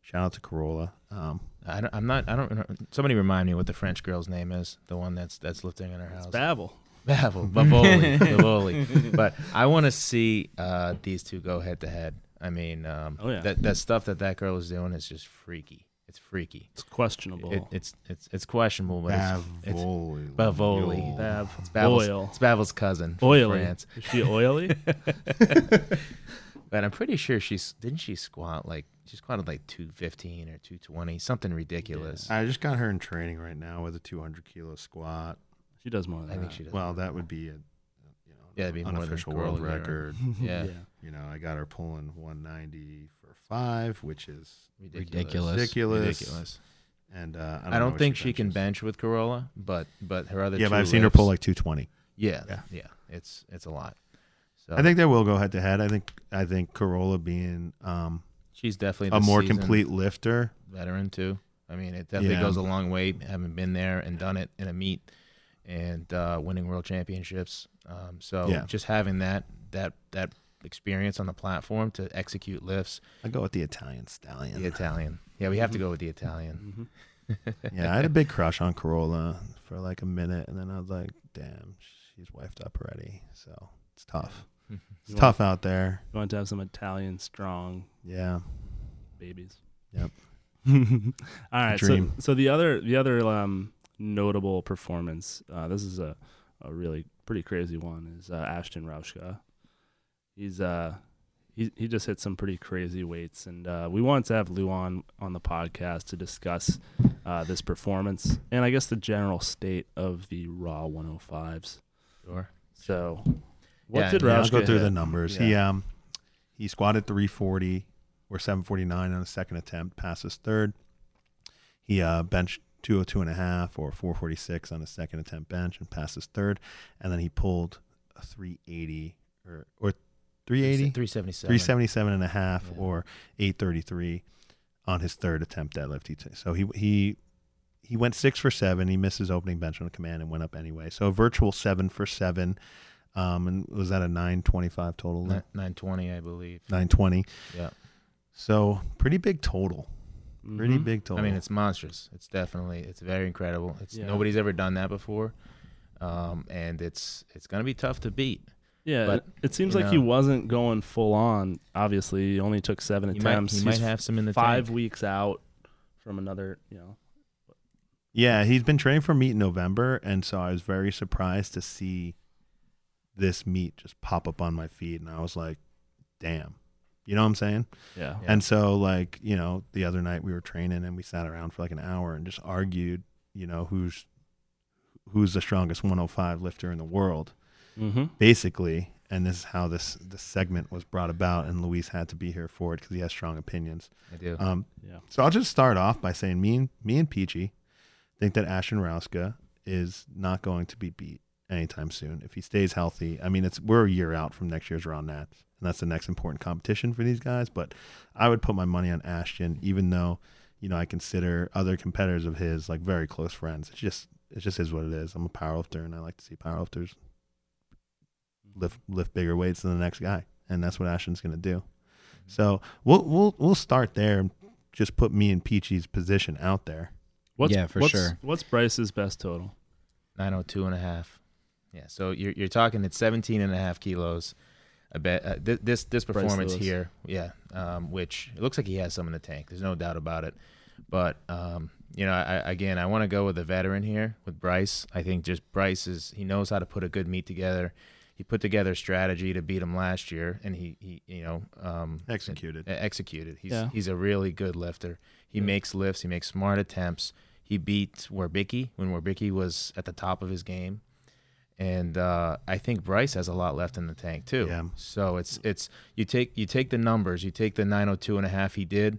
Speaker 3: shout out to Corolla. Um,
Speaker 4: I don't, I'm not. I don't. know- Somebody remind me what the French girl's name is. The one that's that's lifting in her house.
Speaker 1: It's Babel.
Speaker 4: Babel, Bavoli, Bavoli. But I want to see uh, these two go head to head. I mean, um,
Speaker 1: Oh, yeah.
Speaker 4: that that stuff that that girl is doing is just freaky. It's freaky.
Speaker 1: It's questionable.
Speaker 4: It, it's it's it's questionable, but it's, it's
Speaker 3: Bavoli.
Speaker 4: Bavoli.
Speaker 1: Bav.
Speaker 4: it's Babel's,
Speaker 1: Oil.
Speaker 4: it's Babel's cousin. from
Speaker 1: Oily.
Speaker 4: France.
Speaker 1: Is she oily?
Speaker 4: But I'm pretty sure she's didn't she squat like she squatted like 215 or 220, something ridiculous.
Speaker 3: I just got her in training right now with a 200 kilo squat.
Speaker 1: she does more than
Speaker 4: I
Speaker 1: that.
Speaker 4: think she does.
Speaker 3: Well, that would be a you know,
Speaker 4: Yeah, it'd be more than
Speaker 3: unofficial world
Speaker 4: Corolla, yeah.
Speaker 3: record.
Speaker 4: yeah,
Speaker 3: you know, I got her pulling 190 for five, which is
Speaker 2: Ridiculous.
Speaker 3: ridiculous.
Speaker 4: Ridiculous.
Speaker 3: And uh, I
Speaker 4: I
Speaker 3: don't,
Speaker 4: don't,
Speaker 3: know what
Speaker 4: think she can
Speaker 3: benches.
Speaker 4: bench with Corolla, but but her other
Speaker 3: Yeah,
Speaker 4: two
Speaker 3: but I've seen her pull
Speaker 4: lifts-
Speaker 3: like 220.
Speaker 4: Yeah,
Speaker 3: Yeah.
Speaker 4: yeah, It's it's a lot. So
Speaker 3: I think they will go head to head. I think I think Corolla being um,
Speaker 4: she's definitely
Speaker 3: a
Speaker 4: the
Speaker 3: more
Speaker 4: seasoned
Speaker 3: complete lifter.
Speaker 4: veteran too. I mean, it definitely
Speaker 3: Yeah.
Speaker 4: goes a long way having been there and done it in a meet and uh, winning world championships. Um, so
Speaker 3: Yeah.
Speaker 4: just having that that that experience on the platform to execute lifts,
Speaker 3: I go with the Italian stallion.
Speaker 4: the Italian. Yeah, we have to go with the Italian.
Speaker 1: Mm-hmm.
Speaker 3: yeah, I had a big crush on Corolla for like a minute, and then I was like, damn, she's wifed up already. So it's tough. It's
Speaker 1: You want-
Speaker 3: tough out there.
Speaker 1: You want to have some Italian strong
Speaker 3: Yeah.
Speaker 1: babies.
Speaker 3: Yep.
Speaker 1: All right. So,
Speaker 3: dream.
Speaker 1: so the other the other um, notable performance. Uh, this is a, a really pretty crazy one. Is uh, Ashton Rauschka. He's uh, he he just hit some pretty crazy weights, and uh, we wanted to have Lou on on the podcast to discuss uh, this performance and I guess the general state of the Raw 105s.
Speaker 4: Sure.
Speaker 1: So, what
Speaker 4: Yeah,
Speaker 1: did
Speaker 3: Yeah,
Speaker 1: Roush
Speaker 3: I'll go
Speaker 1: get
Speaker 3: through
Speaker 1: hit?
Speaker 3: the numbers. He um he squatted 340 or 749 on his second attempt, passed his third. He uh, benched 202 and a half or 446 on his second attempt bench and passed his third, and then he pulled a 380 or or 380
Speaker 4: 377.
Speaker 3: 377 and a half
Speaker 4: Yeah.
Speaker 3: or 833 on his third attempt deadlift. He t- so he he he went six for seven. He missed his opening bench on a command and went up anyway. So a virtual seven for seven. Um, and was that a 925 total?
Speaker 4: Ni- 920, I believe.
Speaker 3: 920.
Speaker 4: Yeah.
Speaker 3: So pretty big total. Pretty
Speaker 1: Mhm.
Speaker 3: big total.
Speaker 4: Mm-hmm. I mean, it's monstrous. It's definitely, it's very incredible. It's
Speaker 1: Yeah.
Speaker 4: nobody's ever done that before, um, and it's it's gonna be tough to beat.
Speaker 1: Yeah,
Speaker 4: but,
Speaker 1: it, it seems
Speaker 4: you
Speaker 1: like he
Speaker 4: know-
Speaker 1: wasn't going full on. Obviously, he only took seven
Speaker 4: He might,
Speaker 1: attempts.
Speaker 4: he might
Speaker 1: He's
Speaker 4: have some in the
Speaker 1: five
Speaker 4: tank.
Speaker 1: weeks out from another. You know,
Speaker 3: yeah, he's been training for meet in November. And so I was very surprised to see this meet just pop up on my feed. And I was like, damn. You know what I'm saying?
Speaker 1: yeah,
Speaker 4: Yeah.
Speaker 3: And so, like, you know, the other night we were training and we sat around for like an hour and just argued, you know, who's who's the strongest 105 lifter in the world,
Speaker 1: Mm-hmm.
Speaker 3: basically. And this is how this this segment was brought about. And Luis had to be here for it because he has strong opinions.
Speaker 4: I do.
Speaker 3: Um,
Speaker 1: yeah,
Speaker 3: so I'll just start off by saying me and me and Peachy think that Ashton Rauska is not going to be beat anytime soon if he stays healthy. I mean, it's we're a year out from next year's Round Nats, and that's the next important competition for these guys. But I would put my money on Ashton, even though you know I consider other competitors of his like very close friends. It's just it just is what it is. I'm a powerlifter, and I like to see powerlifters lift lift bigger weights than the next guy, and that's what Ashton's going to do. So we'll we'll we'll start there and just put me in Peachy's position out there.
Speaker 2: Yeah, for
Speaker 1: what's,
Speaker 2: sure.
Speaker 1: What's Bryce's best total?
Speaker 4: 902 and a half. Yeah, so you're, you're talking at 17 and a half kilos. I bet uh, th- this this
Speaker 1: Bryce
Speaker 4: performance
Speaker 1: Lewis.
Speaker 4: here, yeah, um, which it looks like he has some in the tank. There's no doubt about it. But um, you know, I, I- again, I want to go with a veteran here with Bryce. I think just Bryce is he knows how to put a good meet together. He put together a strategy to beat him last year, and he, he you know um,
Speaker 3: Executed.
Speaker 4: uh, executed. He's
Speaker 1: Yeah.
Speaker 4: he's a really good lifter. He makes lifts. He makes smart attempts. He beat Werbicki when Werbicki was at the top of his game, and uh, I think Bryce has a lot left in the tank too.
Speaker 3: Yeah.
Speaker 4: So it's it's you take you take the numbers. You take the 902 and a half he did,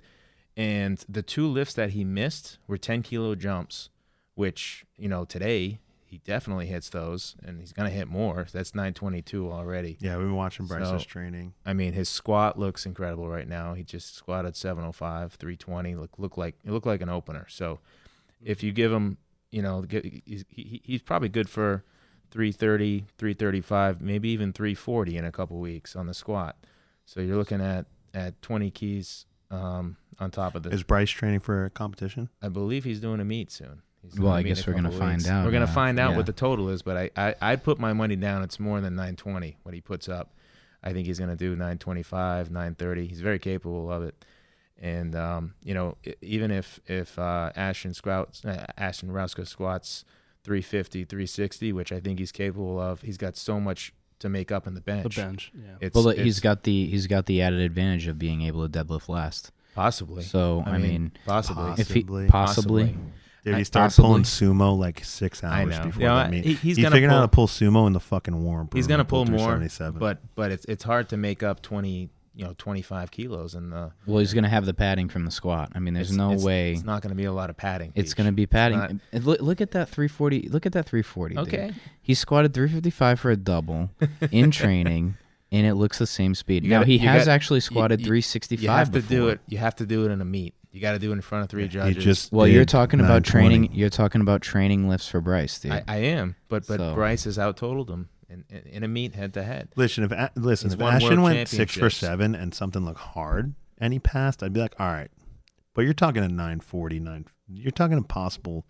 Speaker 4: and the two lifts that he missed were 10 kilo jumps, which you know today. He definitely hits those, and he's gonna hit more. That's 922 already.
Speaker 3: Yeah, we've been watching Bryce's
Speaker 4: So-
Speaker 3: training.
Speaker 4: I mean, his squat looks incredible right now. He just squatted 705, 320. Look, look like it looked like an opener. So, if you give him, you know, gi- he's, he, he's probably good for 330, 335, maybe even 340 in a couple weeks on the squat. So you're looking at at 20 keys um, on top of the.
Speaker 3: Is Bryce training for a competition?
Speaker 4: I believe he's doing a meet soon. He's doing
Speaker 2: Well,
Speaker 4: a
Speaker 2: I
Speaker 4: meet in
Speaker 2: guess
Speaker 4: a
Speaker 2: we're gonna
Speaker 4: couple
Speaker 2: find
Speaker 4: weeks.
Speaker 2: out,
Speaker 4: We're gonna
Speaker 2: uh,
Speaker 4: find out
Speaker 2: yeah.
Speaker 4: what the total is, but I, I I put my money down. It's more than 920. What he puts up, I think he's gonna do 925, 930. He's very capable of it. And um, you know, e- even if if uh, Ashton Scouts, uh, Ashton Rauska squats 350, 360, which I think he's capable of, he's got so much to make up in the
Speaker 1: The
Speaker 4: bench.
Speaker 1: bench. Yeah.
Speaker 4: It's,
Speaker 2: Well, look,
Speaker 4: it's
Speaker 2: he's got the he's got the added advantage of being able to deadlift last.
Speaker 4: possibly.
Speaker 2: So I, mean,
Speaker 4: possibly.
Speaker 3: Poss-
Speaker 2: if he
Speaker 3: Possibly.
Speaker 2: possibly,
Speaker 3: Dude,
Speaker 4: I-
Speaker 3: he started pulling sumo like six
Speaker 4: I
Speaker 3: hours
Speaker 4: know.
Speaker 3: before
Speaker 4: You know,
Speaker 3: that meet.
Speaker 4: he- he's
Speaker 3: he's
Speaker 4: gonna
Speaker 3: figuring out
Speaker 4: pull-
Speaker 3: how to pull sumo in the fucking warm.
Speaker 4: He's gonna pull more,
Speaker 3: 77.
Speaker 4: but but it's it's hard to make up twenty you know twenty five kilos in the.
Speaker 2: well, he's gonna have the padding from the squat. I mean, there's
Speaker 4: it's-
Speaker 2: no
Speaker 4: it's-
Speaker 2: way
Speaker 4: it's
Speaker 2: it's,
Speaker 4: not going to be a lot of padding. Peach.
Speaker 2: gonna be padding.
Speaker 4: not-
Speaker 2: And look, look at that 340. Look at that 340. dude.
Speaker 4: okay.
Speaker 2: he squatted 355 for a double in training, and it looks the same speed.
Speaker 4: You
Speaker 2: now
Speaker 4: gotta-
Speaker 2: he
Speaker 4: you
Speaker 2: has
Speaker 4: gotta-
Speaker 2: actually
Speaker 4: you-
Speaker 2: squatted
Speaker 4: you-
Speaker 2: 365.
Speaker 4: You have to do
Speaker 2: before.
Speaker 4: it. You have to do it in a meet. You got to do it in front of three
Speaker 3: he
Speaker 4: judges.
Speaker 3: just
Speaker 2: Well, you're
Speaker 3: did
Speaker 2: talking about
Speaker 3: 920.
Speaker 2: training. You're talking about training lifts for Bryce, dude.
Speaker 4: I, I am, but but
Speaker 2: So-
Speaker 4: Bryce has out totaled him in, in, in a meet head to head.
Speaker 3: Listen, if A- listen,
Speaker 4: He's
Speaker 3: if
Speaker 4: won world
Speaker 3: Ashton went six for
Speaker 4: championships.
Speaker 3: seven and something looked hard and he passed, I'd be like, all right. But you're talking a 940, nine, you're talking a possible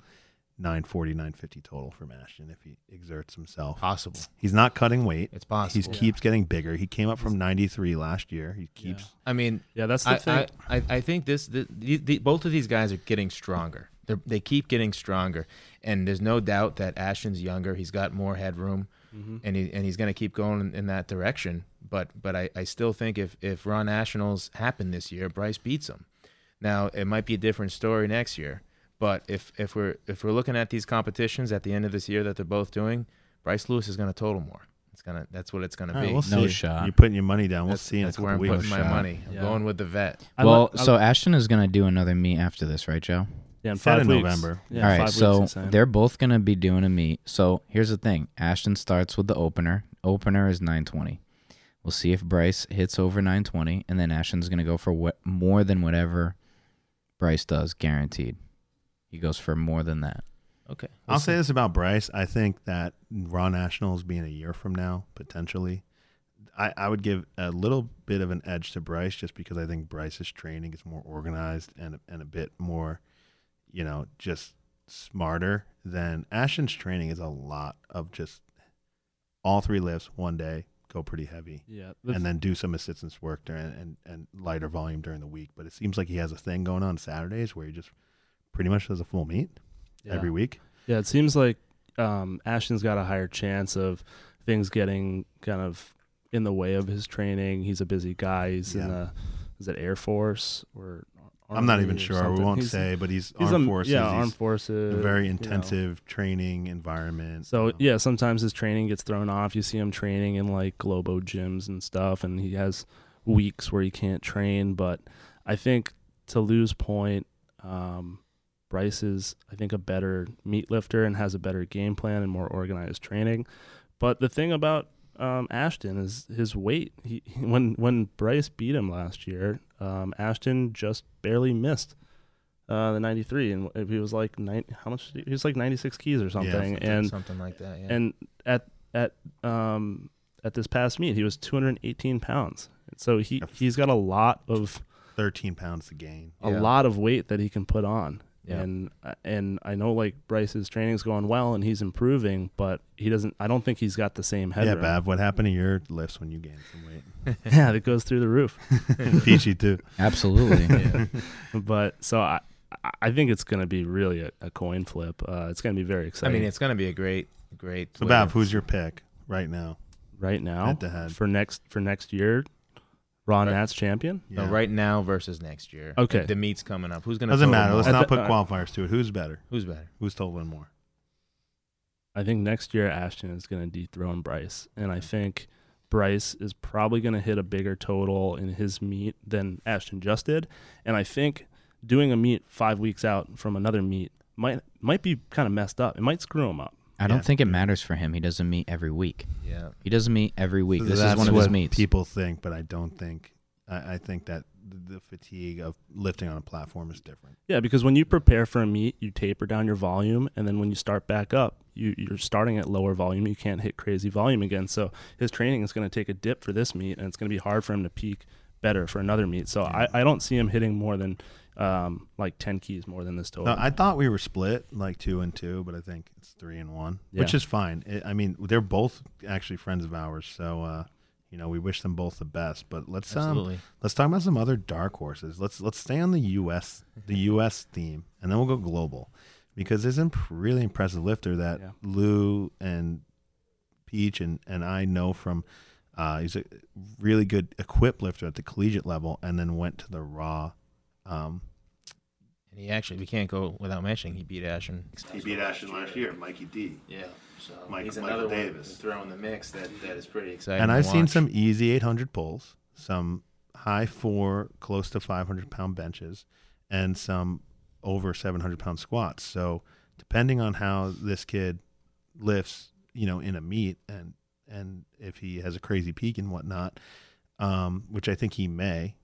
Speaker 3: 940, 950 total from Ashton if he exerts himself.
Speaker 4: Possible.
Speaker 3: He's not cutting weight.
Speaker 4: It's
Speaker 3: He
Speaker 4: possible.
Speaker 3: keeps getting bigger. He came up from 93 last year. He keeps.
Speaker 4: I mean,
Speaker 1: Yeah, that's the
Speaker 4: I,
Speaker 1: thing.
Speaker 4: I, I, I think this the, the, the, both of these guys are getting stronger. They're, they keep getting stronger, and there's no
Speaker 1: Mm-hmm.
Speaker 4: doubt that Ashton's younger. He's got more headroom, and he and he's going to keep going in, in that direction. But but I, I still think if if Raw Nationals happen this year, Bryce beats him. Now it might be a different story next year. But if if we're if we're looking at these competitions at the end of this year that they're both doing, Bryce Lewis is going to total more. It's gonna that's what it's going to
Speaker 3: All
Speaker 4: be.
Speaker 3: right, we'll
Speaker 2: No
Speaker 3: see.
Speaker 2: shot.
Speaker 3: You're putting your money down. We'll
Speaker 4: that's
Speaker 3: see in a
Speaker 4: that's where
Speaker 3: couple
Speaker 4: I'm
Speaker 3: weeks.
Speaker 4: putting my
Speaker 2: shot.
Speaker 4: money. I'm
Speaker 1: Yeah.
Speaker 4: going with the vet.
Speaker 1: I
Speaker 2: well,
Speaker 1: look- I-
Speaker 2: so Ashton is going to do another meet after this, right, Joe?
Speaker 1: yeah, in
Speaker 3: Said
Speaker 1: five
Speaker 3: in
Speaker 1: weeks.
Speaker 3: November.
Speaker 1: Yeah,
Speaker 2: All
Speaker 1: five
Speaker 2: right,
Speaker 1: weeks
Speaker 2: so
Speaker 1: he's saying.
Speaker 2: they're both going to be doing a meet. So here's the thing: Ashton starts with the opener. Opener is 920. We'll see if Bryce hits over 920, and then Ashton's going to go for what more than whatever Bryce does, guaranteed. He goes for more than that.
Speaker 4: Okay,
Speaker 3: I'll say this about Bryce. I think that Raw Nationals being a year from now, potentially, I, I would give a little bit of an edge to Bryce just because I think Bryce's training is more organized and and a bit more, you know, just smarter than Ashton's training is a lot of just all three lifts one day, go pretty heavy.
Speaker 1: yeah, the-
Speaker 3: And then do some assistance work during and, and lighter volume during the week. But it seems like he has a thing going on Saturdays where he just pretty much does a full meet
Speaker 1: yeah.
Speaker 3: every week.
Speaker 1: Yeah, it seems like um, Ashton's got a higher chance of things getting kind of in the way of his training. He's a busy guy. He's in
Speaker 3: Yeah.
Speaker 1: the is it Air Force or
Speaker 3: I'm not
Speaker 1: Army
Speaker 3: even
Speaker 1: or
Speaker 3: sure. We
Speaker 1: something?
Speaker 3: won't
Speaker 1: He's-
Speaker 3: say, but he's,
Speaker 1: he's
Speaker 3: armed
Speaker 1: a-
Speaker 3: forces.
Speaker 1: Yeah,
Speaker 3: he's
Speaker 1: armed forces.
Speaker 3: a very
Speaker 1: you know.
Speaker 3: intensive training environment.
Speaker 1: So
Speaker 3: um,
Speaker 1: yeah, sometimes his training gets thrown off. You see him training in like Globo gyms and stuff, and he has weeks where he can't train. But I think to Lou's point, um, Bryce is I think a better meat lifter and has a better game plan and more organized training. But the thing about um, Ashton is his weight. He when when Bryce beat him last year, um, Ashton just barely missed uh, the 93, and he was like nine. How much? He was like 96 keys or something. and
Speaker 4: something like that. Yeah.
Speaker 1: and at at um at this past meet he was 218 pounds so he
Speaker 3: Yes.
Speaker 1: he's got a lot of
Speaker 3: 13 pounds to gain.
Speaker 1: a
Speaker 4: Yeah.
Speaker 1: lot of weight that he can put on
Speaker 4: Yeah.
Speaker 1: and and i know like bryce's training's going well and he's improving but he doesn't i don't think he's got the same head
Speaker 3: yeah, Bav, what happened to your lifts when you gained some weight?
Speaker 1: yeah that goes through the roof
Speaker 3: Fiji too.
Speaker 2: Absolutely.
Speaker 1: but so i I- i think it's going to be really a, a coin flip uh it's going to be very
Speaker 4: I
Speaker 1: exciting
Speaker 4: mean, it's gonna be a great, great.
Speaker 3: So
Speaker 4: winner.
Speaker 3: Bav, who's your pick right now?
Speaker 1: right now
Speaker 3: Head to head.
Speaker 1: for next for next year ron
Speaker 4: Right.
Speaker 1: nats champion
Speaker 4: No,
Speaker 3: Yeah.
Speaker 4: right now versus next year.
Speaker 1: Okay.
Speaker 4: The meet's coming up. Who's gonna
Speaker 3: Doesn't
Speaker 4: total
Speaker 3: matter.
Speaker 4: more?
Speaker 3: Let's
Speaker 1: At
Speaker 3: not
Speaker 1: the- uh,
Speaker 3: put qualifiers to it. Who's better?
Speaker 4: Who's better?
Speaker 3: Who's totaling more?
Speaker 1: I think next year Ashton is going to dethrone Bryce, and I think Bryce is probably going to hit a bigger total in his meet than Ashton just did, and I think doing a meet five weeks out from another meet might might be kind of messed up. It might screw him up.
Speaker 2: I don't
Speaker 3: Yeah.
Speaker 2: think it matters for him. He doesn't meet every week.
Speaker 4: Yeah.
Speaker 3: Um,
Speaker 2: He doesn't meet every week. This is
Speaker 3: That's
Speaker 2: one of his
Speaker 3: what
Speaker 2: meets.
Speaker 3: People think, but I don't think. I, I think that the fatigue of lifting on a platform is different.
Speaker 1: Yeah, because when you prepare for a meet, you taper down your volume, and then when you start back up, you, you're starting at lower volume. You can't hit crazy volume again. So his training is going to take a dip for this meet, and it's going to be hard for him to peak better for another meet. So I, I don't see him hitting more than um, like 10 keys more than this total.
Speaker 3: No, I thought we were split like two and two, but I think it's three and one, which
Speaker 1: Yeah.
Speaker 3: is fine. I I mean, they're both actually friends of ours, so uh, you know we wish them both the best. But let's um,
Speaker 4: Absolutely.
Speaker 3: let's talk about some other dark horses. Let's let's stay on the U.S. the U.S. theme, and then we'll go global because there's a imp- really impressive lifter that
Speaker 1: Yeah.
Speaker 3: Lou and Peach and and I know from. Uh, he's a really good equip lifter at the collegiate level, and then went to the raw. Um,
Speaker 4: And he actually, we can't go without mentioning he beat Ashton.
Speaker 3: he beat Ashton last year, Mikey D.
Speaker 4: Yeah. So
Speaker 3: Mike-
Speaker 4: he's
Speaker 3: Michael
Speaker 4: another one
Speaker 3: Davis.
Speaker 4: to throw in the mix that that is pretty exciting.
Speaker 3: and
Speaker 4: to
Speaker 3: I've seen
Speaker 4: watch.
Speaker 3: some easy 800 pulls, some high four, close to 500 pound benches, and some over 700 pound squats. So depending on how this kid lifts, you know, in a meet, and and if he has a crazy peak and whatnot, um, which I think he may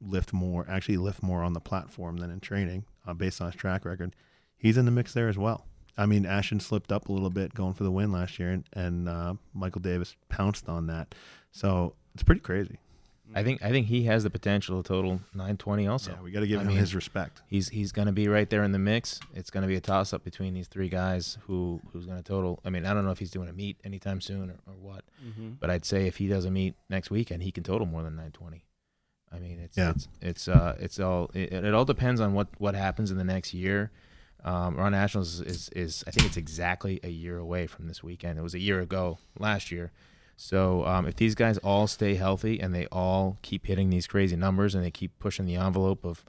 Speaker 3: lift more, actually lift more on the platform than in training, uh, based on his track record. He's in the mix there as well. I mean, Ashton slipped up a little bit going for the win last year, and, and uh, Michael Davis pounced on that. So it's pretty crazy.
Speaker 4: I think I think he has the potential to total 920 also.
Speaker 3: So we got to give
Speaker 4: I
Speaker 3: him
Speaker 4: mean,
Speaker 3: his respect.
Speaker 4: He's he's going to be right there in the mix. It's going to be a toss up between these three guys who who's going to total. I mean, I don't know if he's doing a meet anytime soon or, or what,
Speaker 1: Mm-hmm.
Speaker 4: but I'd say if he does a meet next weekend, he can total more than 920. I mean, it's
Speaker 3: Yeah.
Speaker 4: it's it's uh it's all it, it all depends on what what happens in the next year. Um, Raw Nationals is, is I think it's exactly a year away from this weekend. It was a year ago last year, So um, if these guys all stay healthy and they all keep hitting these crazy numbers and they keep pushing the envelope of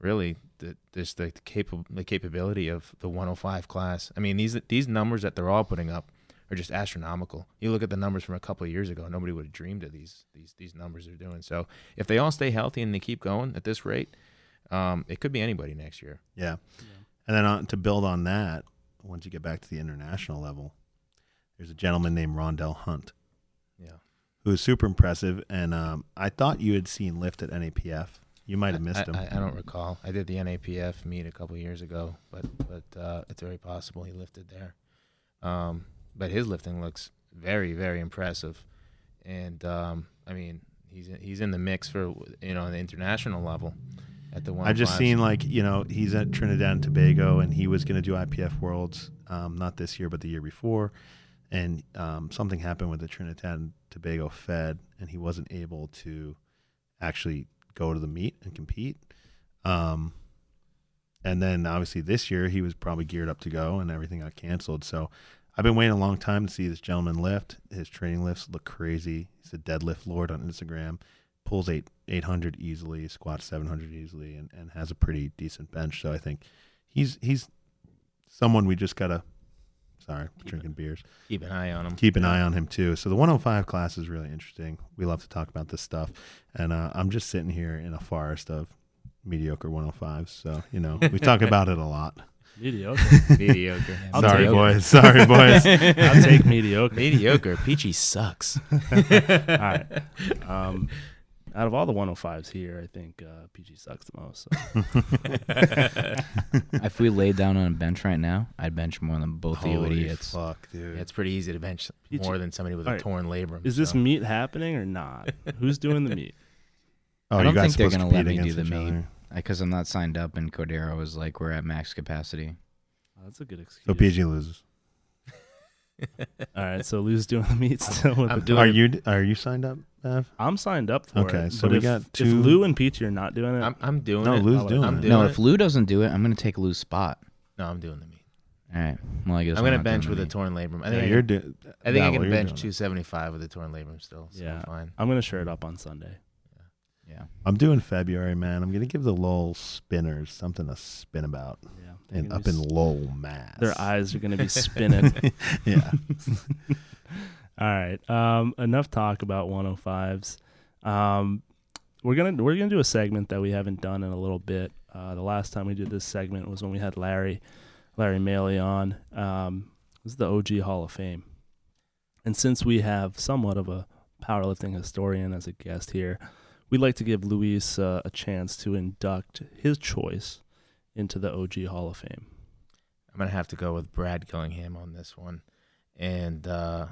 Speaker 4: really the, just the capa- the capability of the 105 class. I mean these these numbers that they're all putting up are just astronomical. You look at the numbers from a couple of years ago, nobody would have dreamed of these these these numbers they're doing. So if they all stay healthy and they keep going at this rate, um, it could be anybody next year.
Speaker 3: Yeah. And then on, to build on that, once you get back to the international level, there's a gentleman named Rondell Hunt
Speaker 4: Yeah.
Speaker 3: who is super impressive. And um, I thought you had seen Lift at NAPF. You might have missed
Speaker 4: I,
Speaker 3: him.
Speaker 4: I, I don't recall. I did the NAPF meet a couple years ago, but but uh, it's very possible he lifted there. Um, but his lifting looks very very impressive, and um, I mean he's in, he's in the mix for you know the international level at the one.
Speaker 3: I've just seen like you know he's at Trinidad and Tobago, and he was going to do IPF Worlds, um, not this year but the year before, and um, something happened with the Trinidad and Tobago Fed, and he wasn't able to actually go to the meet and compete. Um, and then obviously this year he was probably geared up to go, and everything got canceled. So I've been waiting a long time to see this gentleman lift. His training lifts look crazy. He's a deadlift lord on Instagram pulls eight eight hundred easily, squats seven hundred easily, and, and has a pretty decent bench. So I think he's he's someone we just gotta sorry drinking beers
Speaker 4: keep an eye on him.
Speaker 3: keep an eye on him too. So the 105 class is really interesting. We love to talk about this stuff, and uh, I'm just sitting here in a forest of mediocre 105s. So you know we talk about it a lot.
Speaker 1: Mediocre.
Speaker 4: Mediocre.
Speaker 2: I'll
Speaker 3: sorry
Speaker 2: take it.
Speaker 3: boys, sorry boys.
Speaker 1: I'll take mediocre.
Speaker 4: Mediocre. Peachy sucks.
Speaker 1: All right. Um, out of all the 105s here, I think uh, PG sucks the most. So.
Speaker 2: if we laid down on a bench right now, I'd bench more than both of you
Speaker 3: Holy
Speaker 2: idiots.
Speaker 3: fuck, dude.
Speaker 4: It's pretty easy to bench
Speaker 1: Peachy.
Speaker 4: more than somebody with a
Speaker 1: All right.
Speaker 4: torn labrum.
Speaker 1: Is this
Speaker 4: so.
Speaker 1: meet happening or not? Who's doing the meet?
Speaker 3: oh,
Speaker 2: I
Speaker 3: you
Speaker 2: don't
Speaker 3: guys
Speaker 2: think they're
Speaker 3: supposed to
Speaker 2: gonna let
Speaker 3: compete
Speaker 2: me do
Speaker 3: against
Speaker 2: the
Speaker 3: each
Speaker 2: meet.
Speaker 3: other.
Speaker 2: Because I'm not signed up, and Cordero was like, "We're at max capacity."
Speaker 1: Oh, that's a good excuse.
Speaker 3: So PG loses.
Speaker 1: All right, so Lou's doing the meet still. With
Speaker 4: I'm
Speaker 1: the-
Speaker 4: doing
Speaker 3: Are
Speaker 4: it-
Speaker 3: you are you signed up, Bev?
Speaker 1: I'm signed up for it.
Speaker 3: Okay, so
Speaker 1: but
Speaker 3: we
Speaker 1: if,
Speaker 3: got
Speaker 1: If
Speaker 3: two-
Speaker 1: Lou and Peachy are not doing it,
Speaker 4: I'm, I'm doing
Speaker 3: No,
Speaker 4: it.
Speaker 3: Lou's
Speaker 1: I'll-
Speaker 3: doing
Speaker 4: I'm
Speaker 3: it.
Speaker 4: doing
Speaker 2: No,
Speaker 4: it.
Speaker 2: if Lou doesn't do it, I'm gonna take Lou's spot.
Speaker 4: no, I'm doing the meet.
Speaker 2: All right. Well, I guess
Speaker 4: I'm gonna
Speaker 2: not doing
Speaker 4: bench
Speaker 2: the
Speaker 4: with a
Speaker 2: meet.
Speaker 4: torn labrum. I
Speaker 3: Yeah,
Speaker 4: think I
Speaker 3: you're
Speaker 4: can-
Speaker 3: do-
Speaker 4: I think I
Speaker 3: Yeah, well,
Speaker 4: can
Speaker 3: you're
Speaker 4: bench
Speaker 3: doing it.
Speaker 4: 275 with a torn labrum still. So
Speaker 1: Yeah.
Speaker 4: I'm fine.
Speaker 1: I'm gonna share it up on Sunday.
Speaker 2: Yeah.
Speaker 3: I'm doing February, man. I'm gonna give the Lowell spinners something to spin about,
Speaker 1: Yeah, they're
Speaker 3: and
Speaker 1: gonna
Speaker 3: up
Speaker 1: be
Speaker 3: in
Speaker 1: s-
Speaker 3: Lowell, Mass.
Speaker 1: their eyes are gonna be spinning.
Speaker 3: yeah.
Speaker 1: All right. Um, enough talk about 105s. Um, we're gonna we're gonna do a segment that we haven't done in a little bit. Uh, the last time we did this segment was when we had Larry, Larry Maley on. Um, this is the OG Hall of Fame, and since we have somewhat of a powerlifting historian as a guest here, we'd like to give Luis uh, a chance to induct his choice into the OG Hall of Fame.
Speaker 4: I'm gonna have to go with Brad Gillingham on this one, and uh,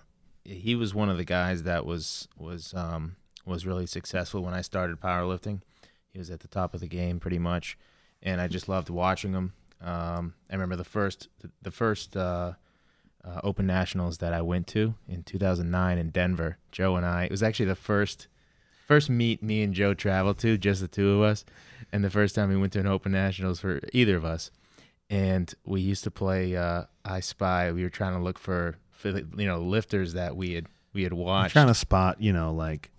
Speaker 4: he was one of the guys that was was um, was really successful when I started powerlifting. He was at the top of the game pretty much, and I just loved watching him. Um, I remember the first the first uh, uh, Open Nationals that I went to in 2009 in Denver. Joe and I it was actually the first first meet me and Joe traveled to just the two of us, and the first time we went to an Open Nationals for either of us and we used to play uh, I Spy. We were trying to look for, for the- you know lifters that we had we had
Speaker 3: I'm
Speaker 4: watched.
Speaker 3: trying to spot, you know, like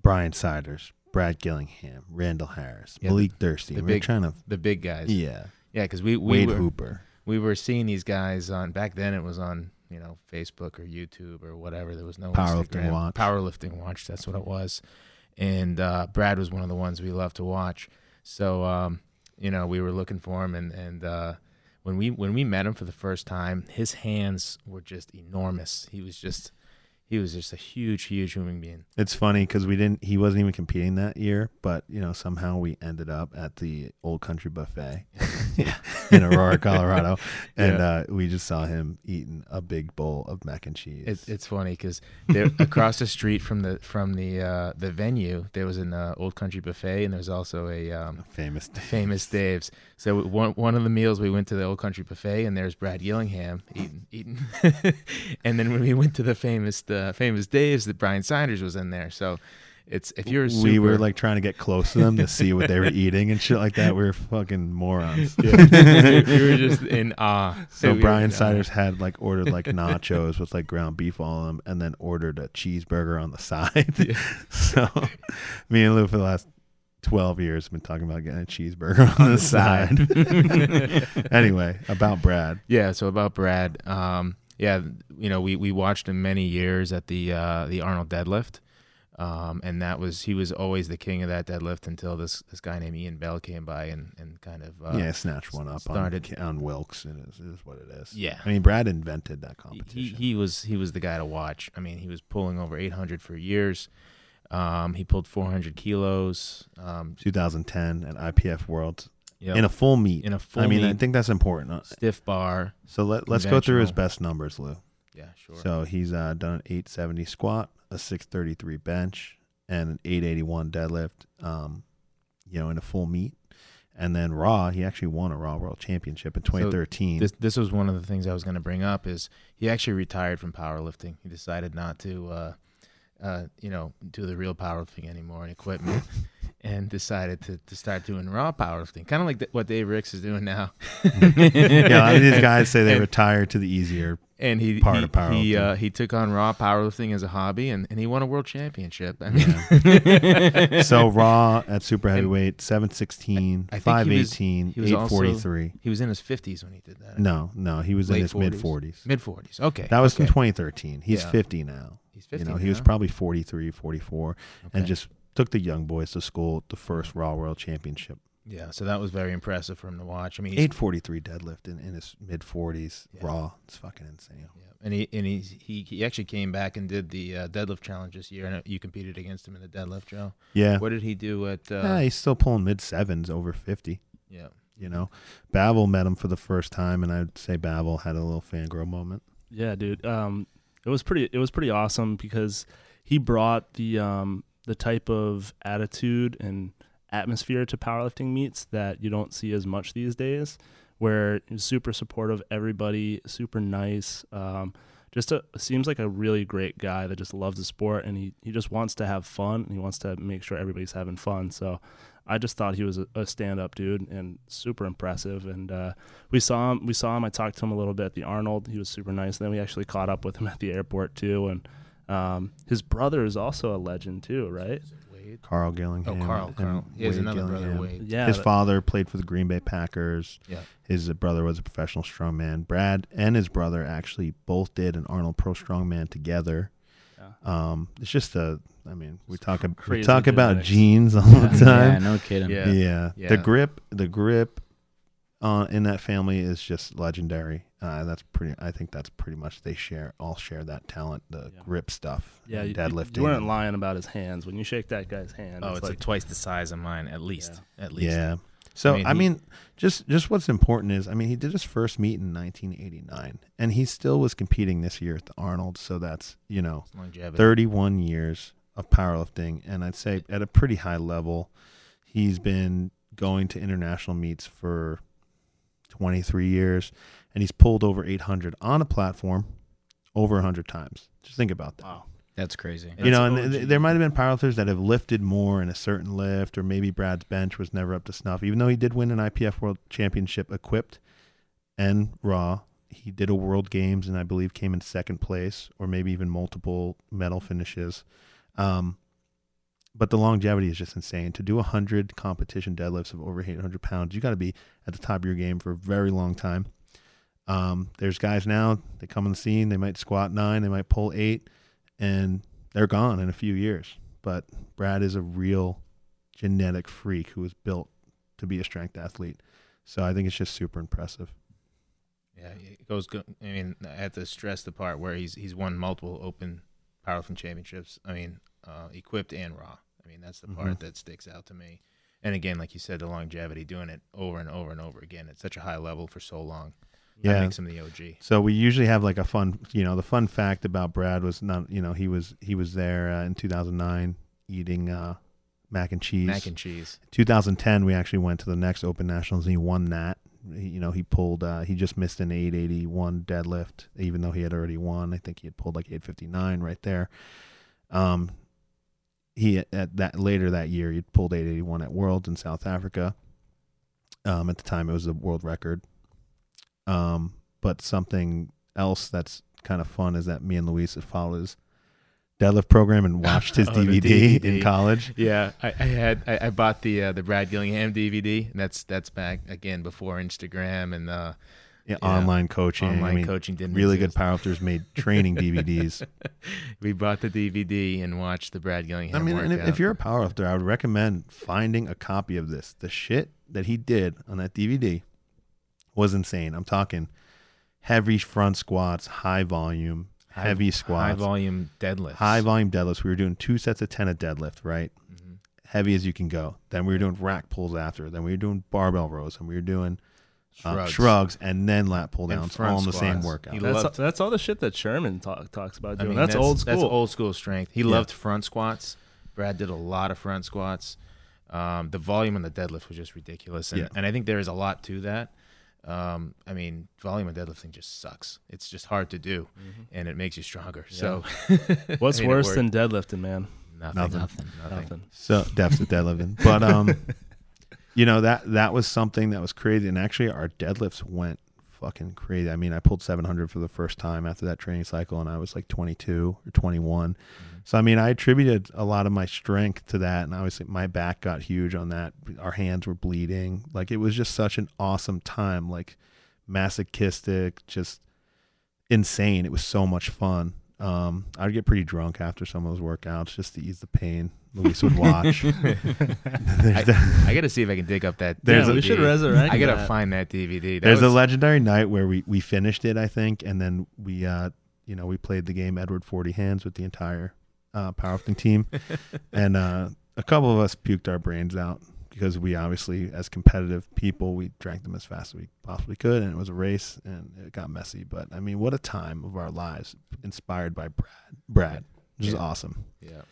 Speaker 3: Brian Siders, Brad Gillingham, Randall Harris,
Speaker 4: Yeah,
Speaker 3: Malik Thirsty.
Speaker 4: the
Speaker 3: We're
Speaker 4: big-
Speaker 3: trying to,
Speaker 4: the big guys, yeah,
Speaker 3: yeah,
Speaker 4: because we we
Speaker 3: Wade
Speaker 4: were,
Speaker 3: Hooper.
Speaker 4: we were seeing these guys on back then. It was on you know Facebook or YouTube or whatever. There was no
Speaker 3: Powerlifting
Speaker 4: Instagram.
Speaker 3: Watch.
Speaker 4: Powerlifting Watch. That's what it was. And uh, Brad was one of the ones we loved to watch. So um, you know we were looking for him, and and uh, when we when we met him for the first time, his hands were just enormous. He was just he was just a huge huge human being.
Speaker 3: It's funny because we didn't. He wasn't even competing that year, but you know somehow we ended up at the Old Country Buffet in Aurora, Colorado, and uh, we just saw him eating a big bowl of mac and cheese.
Speaker 4: It's it's funny because across the street from the from the uh, the venue, there was an uh, old country buffet, and there was also a um,
Speaker 3: famous.
Speaker 4: famous Dave's. So one one of the meals we went to the old country buffet, and there's Brad Gillingham eating eating. uh, and then when we went to the famous the famous Dave's, that Brian Sanders was in there. So It's if you're a super,
Speaker 3: we were like trying to get close to them to see what they were eating and shit like that. We were fucking morons.
Speaker 4: yeah. you, you were just in awe.
Speaker 3: So
Speaker 4: We were
Speaker 3: Brian
Speaker 4: just, uh,
Speaker 3: Siders had like ordered like nachos with like ground beef on them, and then ordered a cheeseburger on the side.
Speaker 4: Yeah.
Speaker 3: so me and Lou for the last twelve years have been talking about getting a cheeseburger on, the, side. anyway, about Brad,
Speaker 4: Yeah, so about Brad, um, yeah, you know, we, we watched him many years at the uh, the Arnold deadlift, um, and that was he was always the king of that deadlift until this this guy named Ian Bell came by and, and kind of uh,
Speaker 3: yeah, snatched one up on,
Speaker 4: started-
Speaker 3: on Wilkes, and it is, it is what it is.
Speaker 4: yeah.
Speaker 3: I mean, Brad invented that competition.
Speaker 4: He, he was he was the guy to watch. I mean, he was pulling over 800 for years. Um, he pulled 400 kilos. Um,
Speaker 3: 2010 at IPF World
Speaker 4: you know,
Speaker 3: in a full meet.
Speaker 4: in a full
Speaker 3: I mean, I
Speaker 4: meet,
Speaker 3: think that's important. Uh,
Speaker 4: stiff bar.
Speaker 3: So let, let's go through his
Speaker 4: Conventional.
Speaker 3: best numbers, Lou.
Speaker 4: Yeah, sure.
Speaker 3: So he's uh, done an 870 squat, a 633 bench, and an 881 deadlift. Um, you know, in a full meet, and then raw. He actually won a raw world championship in 2013.
Speaker 4: this this was one of the things I was going to bring up is he actually retired from powerlifting. He decided not to, uh, uh, you know, do the real powerlifting anymore and equipment, and decided to, to start doing raw powerlifting, kind of like th- what Dave Ricks is doing now.
Speaker 3: yeah, I mean, these guys say they
Speaker 4: And-
Speaker 3: retire to the easier.
Speaker 4: and he
Speaker 3: Part
Speaker 4: he,
Speaker 3: of powerlifting.
Speaker 4: He, uh, he took on raw powerlifting as a hobby, and, and he won a world championship. I mean,
Speaker 3: So raw at super heavyweight, 716,
Speaker 4: I- I think he was-
Speaker 3: 518,
Speaker 4: he was also-
Speaker 3: 843.
Speaker 4: he was in his fifties when he did that.
Speaker 3: no, no, he was in
Speaker 4: Late
Speaker 3: his mid 40s.
Speaker 4: mid forties. Okay,
Speaker 3: That was in
Speaker 4: okay.
Speaker 3: 2013. He's
Speaker 4: Yeah.
Speaker 3: 50 now.
Speaker 4: He's
Speaker 3: you
Speaker 4: 50
Speaker 3: know, he was
Speaker 4: now.
Speaker 3: probably 43, 44, and
Speaker 4: Okay.
Speaker 3: just took the young boys to school at the first Raw World Championship.
Speaker 4: yeah. So that was very impressive for him to watch. I mean, he's
Speaker 3: 843 deadlift in, in his mid 40s.
Speaker 4: Yeah.
Speaker 3: Raw. It's fucking insane.
Speaker 4: Yeah, and he and he's, he he actually came back and did the uh, deadlift challenge this year, and uh, you competed against him in the deadlift, Joe.
Speaker 3: Yeah.
Speaker 4: What did he do at? Uh,
Speaker 3: yeah he's still pulling mid sevens over 50.
Speaker 4: yeah,
Speaker 3: You know, Babel met him for the first time, and I'd say Babel had a little fangirl moment.
Speaker 1: Yeah, dude. Um, it was pretty. It was pretty awesome because he brought the um the type of attitude and atmosphere to powerlifting meets that you don't see as much these days. Where he's super supportive, everybody super nice. Um, just a, seems like a really great guy that just loves the sport and he, he just wants to have fun and he wants to make sure everybody's having fun. So I just thought he was a, a stand up dude and super impressive. And uh, we saw him. We saw him. I talked to him a little bit at the Arnold. He was super nice. And then we actually caught up with him at the airport too. And um, his brother is also a legend too, right?
Speaker 4: Wade.
Speaker 3: Carl Gillingham.
Speaker 4: Oh, Carl.
Speaker 3: and
Speaker 4: Carl. He has
Speaker 3: Wade
Speaker 4: another brother,
Speaker 3: Gillingham.
Speaker 4: Wade.
Speaker 1: Yeah.
Speaker 3: his
Speaker 1: that-
Speaker 3: father played for the Green Bay Packers.
Speaker 4: Yeah.
Speaker 3: His brother was a professional strongman. Brad and his brother actually both did an Arnold Pro Strongman together.
Speaker 1: Yeah.
Speaker 3: Um, it's just a, I mean, we talk ab- we
Speaker 1: crazy
Speaker 3: talk about
Speaker 1: genetics.
Speaker 3: genes all the
Speaker 2: yeah,
Speaker 3: time.
Speaker 2: no kidding.
Speaker 4: Yeah.
Speaker 3: Yeah.
Speaker 4: Yeah.
Speaker 3: the grip, the grip, uh, in that family is just legendary. Uh, that's pretty. I think that's pretty much they share all share that talent, the
Speaker 1: Yeah.
Speaker 3: grip stuff,
Speaker 1: Yeah,
Speaker 3: and
Speaker 1: you,
Speaker 3: deadlifting.
Speaker 1: You weren't lying about his hands. When you shake that guy's hand,
Speaker 4: Oh,
Speaker 1: it's,
Speaker 4: it's like
Speaker 1: like
Speaker 4: twice the size of mine, at least. At least.
Speaker 3: Yeah. So I
Speaker 4: I
Speaker 3: mean,
Speaker 4: mean, he-
Speaker 3: just just what's important is, I mean, he did his first meet in 1989, and he still was competing this year at the Arnold. So that's you know,
Speaker 4: It's Longevity.
Speaker 3: 31 years of powerlifting, and I'd say at a pretty high level, he's been going to international meets for 23 years, and he's pulled over 800 on a platform over 100 times. Just think about that.
Speaker 1: wow.
Speaker 2: That's crazy.
Speaker 4: And
Speaker 3: you
Speaker 4: it's
Speaker 3: know, and th-
Speaker 4: OG.
Speaker 3: th- there might have been powerlifters that have lifted more in a certain lift, or maybe Brad's bench was never up to snuff. Even though he did win an IPF World Championship equipped and raw, he did a World Games and I believe came in second place, or maybe even multiple medal finishes. Um, but the longevity is just insane. To do 100 competition deadlifts of over 800 pounds, you got to be at the top of your game for a very long time. Um, there's guys now, they come on the scene, they might squat nine, they might pull eight, and they're gone in a few years. But Brad is a real genetic freak who was built to be a strength athlete. So I think it's just super impressive.
Speaker 4: Yeah, it goes. Go- I mean, I have to stress the part where he's he's won multiple open powerlifting championships. I mean, uh, equipped and raw. I mean, that's the
Speaker 3: Mhm.
Speaker 4: part that sticks out to me. And again, like you said, the longevity, doing it over and over and over again at such a high level for so long, that
Speaker 3: Yeah.
Speaker 4: makes him the OG.
Speaker 3: So we usually have like a fun, you know, the fun fact about Brad was not, you know, he was he was there uh, in 2009 eating uh, mac and cheese.
Speaker 4: Mac and cheese.
Speaker 3: 2010, we actually went to the next Open Nationals and he won that. He, you know, he pulled, uh, he just missed an 881 deadlift, even though he had already won. I think he had pulled like 859 right there. Um, he at that later that year he pulled 881 at Worlds in South Africa. Um, at the time, it was a world record. Um, but something else that's kind of fun is that me and Luis had followed his deadlift program and watched his
Speaker 4: Oh, the
Speaker 3: DVD, in
Speaker 4: DVD.
Speaker 3: college.
Speaker 4: Yeah, I, I had I, I bought the uh, the Brad Gillingham DVD, and that's that's back again before Instagram and uh,
Speaker 3: Yeah,
Speaker 4: Yeah.
Speaker 3: Online coaching,
Speaker 4: online
Speaker 3: I mean,
Speaker 4: coaching didn't
Speaker 3: really good
Speaker 4: exist.
Speaker 3: powerlifters made training DVDs.
Speaker 4: We bought the DVD and watched the Brad Gillingham.
Speaker 3: I mean, and if,
Speaker 4: workout.
Speaker 3: if you're a powerlifter, I would recommend finding a copy of this. The shit that he did on that DVD was insane. I'm talking heavy front squats, high volume,
Speaker 4: High-
Speaker 3: heavy
Speaker 4: high
Speaker 3: squats,
Speaker 4: volume deadlifts,
Speaker 3: high volume deadlifts. We were doing two sets of 10 of deadlift, right?
Speaker 4: Mhm.
Speaker 3: Heavy as you can go. Then we were doing rack pulls after. Then we were doing barbell rows. And we were doing um, shrugs, and then lat pull
Speaker 4: And
Speaker 3: downs all
Speaker 4: front
Speaker 3: in the same
Speaker 4: squats.
Speaker 3: workout.
Speaker 4: He
Speaker 1: That's,
Speaker 4: loved-
Speaker 1: that's all the shit that Sherman talk, talks about
Speaker 4: I
Speaker 1: doing.
Speaker 4: mean,
Speaker 1: that's, old school.
Speaker 4: That's old school strength. He
Speaker 3: Yeah.
Speaker 4: loved front squats. Brad did a lot of front squats. Um, the volume on the deadlift was just ridiculous, and,
Speaker 3: Yeah.
Speaker 4: and I think there is a lot to that. Um, I mean, volume and deadlifting just sucks. It's just hard to do, and it makes you stronger. So
Speaker 1: Mm-hmm. What's
Speaker 4: I mean, it
Speaker 1: worse
Speaker 4: worked.
Speaker 1: than deadlifting, man?
Speaker 4: nothing,
Speaker 3: Nothing.
Speaker 2: Nothing.
Speaker 4: nothing.
Speaker 1: Nothing.
Speaker 3: So deficit deadlifting. But um you know that that was something that was crazy and actually our deadlifts went fucking crazy. I mean, I pulled 700 for the first time after that training cycle and I was like 22 or 21.
Speaker 4: Mm-hmm.
Speaker 3: So I mean, I attributed a lot of my strength to that and obviously my back got huge on that. Our hands were bleeding. Like it was just such an awesome time, like masochistic, just insane. It was so much fun. Um, I'd get pretty drunk after some of those workouts just to ease the pain. Luis would watch. There's that-
Speaker 4: I got to see if I can dig up that.
Speaker 3: There's
Speaker 1: yeah,
Speaker 3: a-
Speaker 1: we should
Speaker 4: DVD.
Speaker 1: resurrect.
Speaker 4: I gotta
Speaker 1: that.
Speaker 4: find that DVD. That
Speaker 3: There's a
Speaker 4: was-
Speaker 3: legendary night where we we finished it, I think, and then we uh you know we played the game Edward Forty Hands with the entire uh, powerlifting team, and uh, a couple of us puked our brains out because we obviously, as competitive people, we drank them as fast as we possibly could, and it was a race and it got messy. But I mean, what a time of our lives, inspired by Brad. Brad, which is
Speaker 4: Yeah.
Speaker 3: awesome.
Speaker 4: yeah.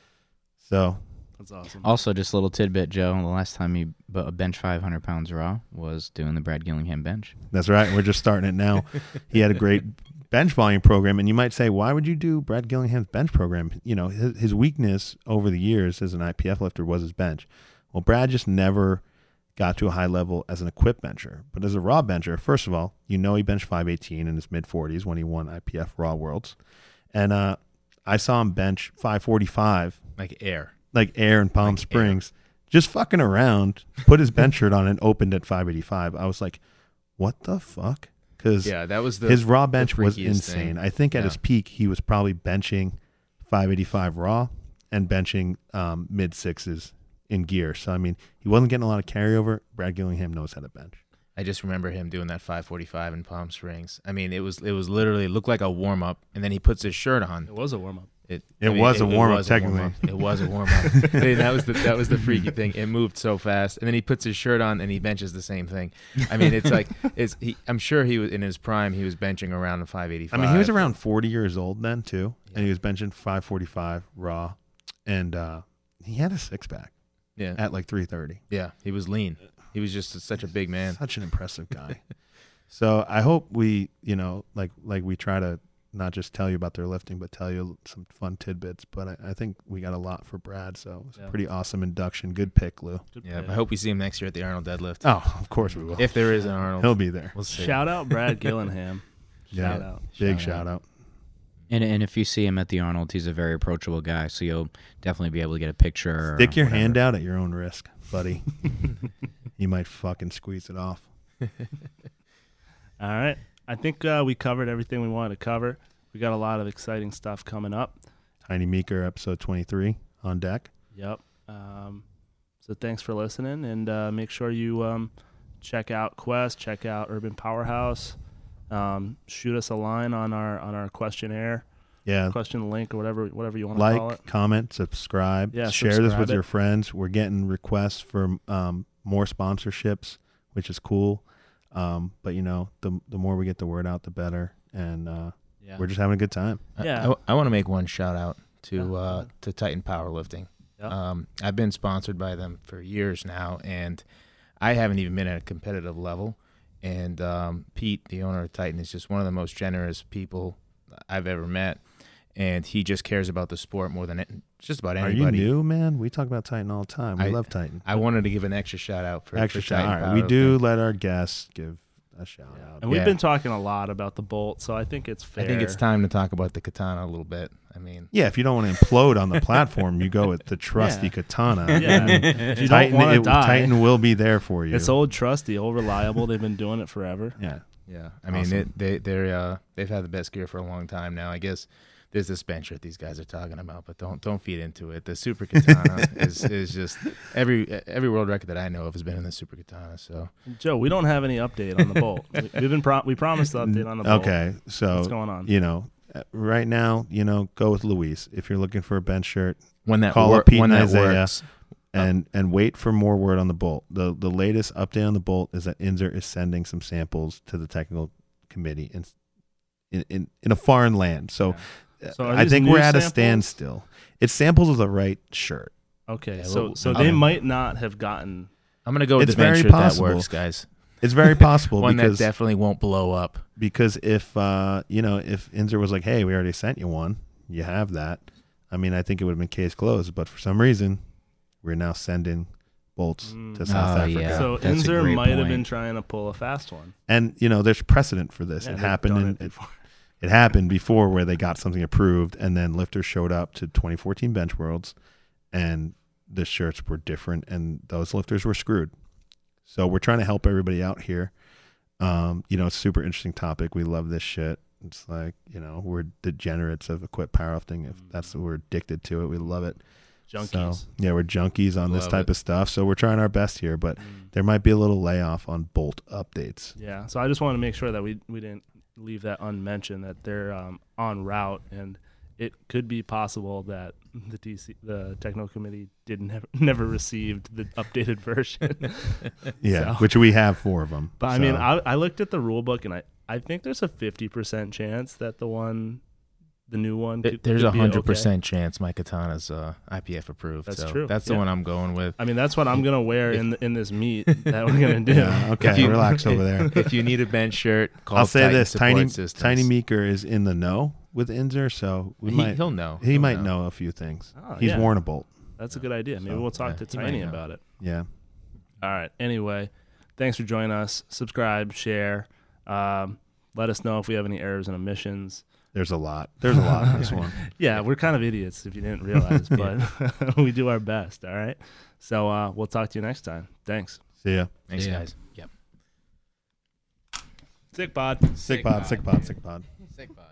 Speaker 3: So
Speaker 1: That's awesome.
Speaker 2: Also, just a little tidbit, Joe. The last time uh, you bu- bench 500 pounds raw was doing the Brad Gillingham bench.
Speaker 3: That's right. We're just starting it now. He had a great bench volume program, and you might say, why would you do Brad Gillingham's bench program? You know, his, his weakness over the years as an IPF lifter was his bench. Well, Brad just never got to a high level as an equipped bencher, but as a raw bencher, first of all, you know he benched 518 in his mid 40s when he won IPF Raw Worlds, and uh, I saw him bench 545
Speaker 4: like air.
Speaker 3: like air in Palm
Speaker 4: Like air.
Speaker 3: Springs, just fucking around, put his bench shirt on and opened at 585. I was like, what the fuck? Because
Speaker 4: Yeah, that was the
Speaker 3: his raw bench was
Speaker 4: freakiest
Speaker 3: insane.
Speaker 4: thing.
Speaker 3: I think at
Speaker 4: Yeah.
Speaker 3: his peak, he was probably benching 585 raw and benching um, mid sixes in gear. So, I mean, he wasn't getting a lot of carryover. Brad Gillingham knows how to bench.
Speaker 4: I just remember him doing that 545 in Palm Springs. I mean, it was it was literally it looked like a warm up, and then he puts his shirt on.
Speaker 1: it was a warm up.
Speaker 4: It
Speaker 3: It was a warm-up,
Speaker 4: was a warm-up. It was a warm up. that was the that was the freaky thing. It moved so fast, and then he puts his shirt on and he benches the same thing. I mean, it's like it's. He, I'm sure he was in his prime. He was benching around 585.
Speaker 3: I mean, he was around 40 years old then, too, and he was benching 545 raw, and uh, he had a six pack
Speaker 4: Yeah,
Speaker 3: at like 330.
Speaker 4: yeah. He was lean. He was just such a big man.
Speaker 3: Such an impressive guy. so I hope we, you know, like like we try to not just tell you about their lifting, but tell you some fun tidbits. But I, I think we got a lot for Brad, so it's
Speaker 1: Yeah.
Speaker 3: a pretty awesome induction. Good pick, Lou.
Speaker 1: Good
Speaker 4: Yeah,
Speaker 1: pick.
Speaker 4: I hope we see him next year at the Arnold deadlift.
Speaker 3: Oh, of course we will.
Speaker 4: If there is an Arnold,
Speaker 3: He'll be there.
Speaker 4: we'll see.
Speaker 1: Shout out Brad Gillingham.
Speaker 3: Yeah.
Speaker 1: Shout out.
Speaker 3: Big
Speaker 2: Shout
Speaker 3: shout out.
Speaker 2: And and if you see him at the Arnold, he's a very approachable guy, so you'll definitely be able to get a picture.
Speaker 3: Stick your hand out at your own risk, buddy. you might fucking squeeze it off.
Speaker 1: All right. I think uh, we covered everything we wanted to cover. We got a lot of exciting stuff coming up.
Speaker 3: Tiny Meeker, episode twenty three on deck.
Speaker 1: Yep. Um, so thanks for listening, and uh, make sure you um, check out Quest, check out Urban Powerhouse. Um, shoot us a line on our on our questionnaire,
Speaker 3: Yeah.
Speaker 1: question link, or whatever whatever you want to call it.
Speaker 3: like, comment, subscribe,
Speaker 1: Yeah,
Speaker 3: share this
Speaker 1: subscribe
Speaker 3: with
Speaker 1: it.
Speaker 3: your friends. We're getting requests for um, more sponsorships, which is cool. Um, but you know, the the more we get the word out, the better. And uh,
Speaker 1: Yeah.
Speaker 3: we're just having a good time.
Speaker 4: I-
Speaker 1: Yeah.
Speaker 4: I, want to make one shout out to
Speaker 1: Yeah.
Speaker 4: uh, to Titan Powerlifting.
Speaker 1: Yeah.
Speaker 4: Um, I've been sponsored by them for years now, and I haven't even been at a competitive level. And um, Pete, the owner of Titan, is just one of the most generous people I've ever met, and he just cares about the sport more than it- It's just about
Speaker 3: Are
Speaker 4: anybody.
Speaker 3: you new, man? We talk about Titan all the time. We
Speaker 4: I-
Speaker 3: love Titan.
Speaker 4: I wanted to give an extra shout out for
Speaker 3: Extra
Speaker 4: for
Speaker 3: shout.
Speaker 4: Titan
Speaker 3: All right, we
Speaker 4: Powder.
Speaker 3: do let our guests give a shout out.
Speaker 1: And we've
Speaker 4: Yeah.
Speaker 1: been talking a lot about the Bolt, so I think it's fair.
Speaker 4: I think it's time to talk about the katana a little bit. I mean,
Speaker 3: Yeah, if you don't want to implode on the platform, you go with the trusty
Speaker 1: Yeah.
Speaker 3: katana.
Speaker 1: Yeah.
Speaker 3: And
Speaker 1: If you
Speaker 3: Titan,
Speaker 1: don't want to
Speaker 3: it-
Speaker 1: die,
Speaker 3: Titan will be there for you.
Speaker 1: it's old trusty, old reliable. They've been doing it forever.
Speaker 3: yeah,
Speaker 4: yeah, I mean
Speaker 3: Awesome.
Speaker 4: it, they they're uh, they've had the best gear for a long time now. I guess there's this bench that these guys are talking about, but don't don't feed into it. The super katana is is just every every world record that I know of has been in the super katana. So
Speaker 1: Joe, we don't have any update on the Bolt. We- We've been pro- we promised the update on the Bolt.
Speaker 3: Okay, Oh, so
Speaker 1: What's going on?
Speaker 3: you know, uh, right now, you know, go with Luis if you're looking for a bench shirt
Speaker 4: when that
Speaker 3: Call
Speaker 4: wor-
Speaker 3: up Pete
Speaker 4: when
Speaker 3: and
Speaker 4: that
Speaker 3: Isaiah.
Speaker 4: works,
Speaker 3: and and wait for more word on the bolt. the The latest update on the bolt is that Inzer is sending some samples to the technical committee in in in, in a foreign land. So, uh,
Speaker 1: So are
Speaker 3: I
Speaker 1: these
Speaker 3: think
Speaker 1: new
Speaker 3: we're at a
Speaker 1: samples?
Speaker 3: standstill. It's samples of the right shirt.
Speaker 1: Okay,
Speaker 4: Yeah,
Speaker 1: so
Speaker 4: well,
Speaker 1: so
Speaker 4: okay.
Speaker 1: they might not have gotten.
Speaker 4: I'm gonna go with
Speaker 3: It's
Speaker 4: the bench
Speaker 3: very
Speaker 4: shirt that
Speaker 3: possible.
Speaker 4: works, guys.
Speaker 3: It's very possible
Speaker 4: One that
Speaker 3: because
Speaker 4: definitely won't blow up.
Speaker 3: because if uh, you know if Inzer was like, "Hey, we already sent you one. You have that." I mean, I think it would have been case closed, but for some reason, we're now sending bolts
Speaker 1: Mm.
Speaker 3: to South
Speaker 2: Oh,
Speaker 3: Africa,
Speaker 2: Yeah,
Speaker 1: so
Speaker 2: that's a
Speaker 1: Inzer
Speaker 2: great
Speaker 1: might have
Speaker 2: point.
Speaker 1: been trying to pull a fast one.
Speaker 3: and you know, there's precedent for this.
Speaker 1: Yeah,
Speaker 3: it
Speaker 1: they've
Speaker 3: happened.
Speaker 1: done
Speaker 3: In,
Speaker 1: it
Speaker 3: it,
Speaker 1: before.
Speaker 3: it happened before where they got something approved, and then lifters showed up to 2014 Bench Worlds, and the shirts were different, and those lifters were screwed. So we're trying to help everybody out here. Um, you know, it's a super interesting topic. We love this shit. It's like, you know, we're degenerates of equipped powerlifting. If that's we're addicted to it, we love it.
Speaker 1: Mm. Junkies.
Speaker 3: So, yeah, we're junkies on this
Speaker 4: Love
Speaker 3: type
Speaker 4: it.
Speaker 3: of stuff. So we're trying our best here, but
Speaker 1: Mm.
Speaker 3: there might be a little layoff on bolt updates.
Speaker 1: Yeah. So I just want to make sure that we we didn't leave that unmentioned that they're um, en route and it could be possible that the DC the technical committee didn't have, never received the updated version.
Speaker 3: Yeah,
Speaker 1: So-
Speaker 3: which we have four of them.
Speaker 1: but I mean,
Speaker 3: So-
Speaker 1: I, I looked at the rule book and I I think there's a 50% chance that the one the new one
Speaker 4: Th-
Speaker 1: could,
Speaker 4: There's
Speaker 1: could
Speaker 4: a
Speaker 1: be
Speaker 4: hundred
Speaker 1: okay.
Speaker 4: percent chance my katana's uh, IPF approved.
Speaker 1: That's
Speaker 4: so
Speaker 1: true,
Speaker 4: That's the
Speaker 1: yeah.
Speaker 4: one I'm going with.
Speaker 1: I mean, that's what I'm going to wear in the, in this meet that we're going to do.
Speaker 3: yeah, okay,
Speaker 4: you-
Speaker 3: relax over there.
Speaker 4: if you need a bench shirt, call
Speaker 3: I'll say
Speaker 4: Titan
Speaker 3: this:
Speaker 4: Support
Speaker 3: Tiny
Speaker 4: Systems.
Speaker 3: Tiny Meeker is in the know with Inzer, so we
Speaker 4: he,
Speaker 3: might
Speaker 4: will know.
Speaker 3: he
Speaker 4: He'll
Speaker 3: might know. a few things.
Speaker 1: Oh,
Speaker 3: He's
Speaker 1: yeah.
Speaker 3: worn a bolt.
Speaker 1: That's a good idea. Maybe
Speaker 3: So,
Speaker 1: we'll talk to
Speaker 4: yeah, he might
Speaker 1: Tiny
Speaker 4: know.
Speaker 1: about it.
Speaker 3: Yeah,
Speaker 1: All right. Anyway, thanks for joining us. Subscribe, share. Um, let us know if we have any errors and omissions.
Speaker 3: there's a lot. There's a lot in this one.
Speaker 1: Yeah, we're kind of idiots if you didn't realize, but we do our best. All right. So uh, we'll talk to you next time. Thanks.
Speaker 3: See ya.
Speaker 4: Thanks,
Speaker 2: Yeah.
Speaker 4: guys.
Speaker 1: Sick pod.
Speaker 3: Sick pod. Sick pod. Sick pod.
Speaker 4: Sick pod.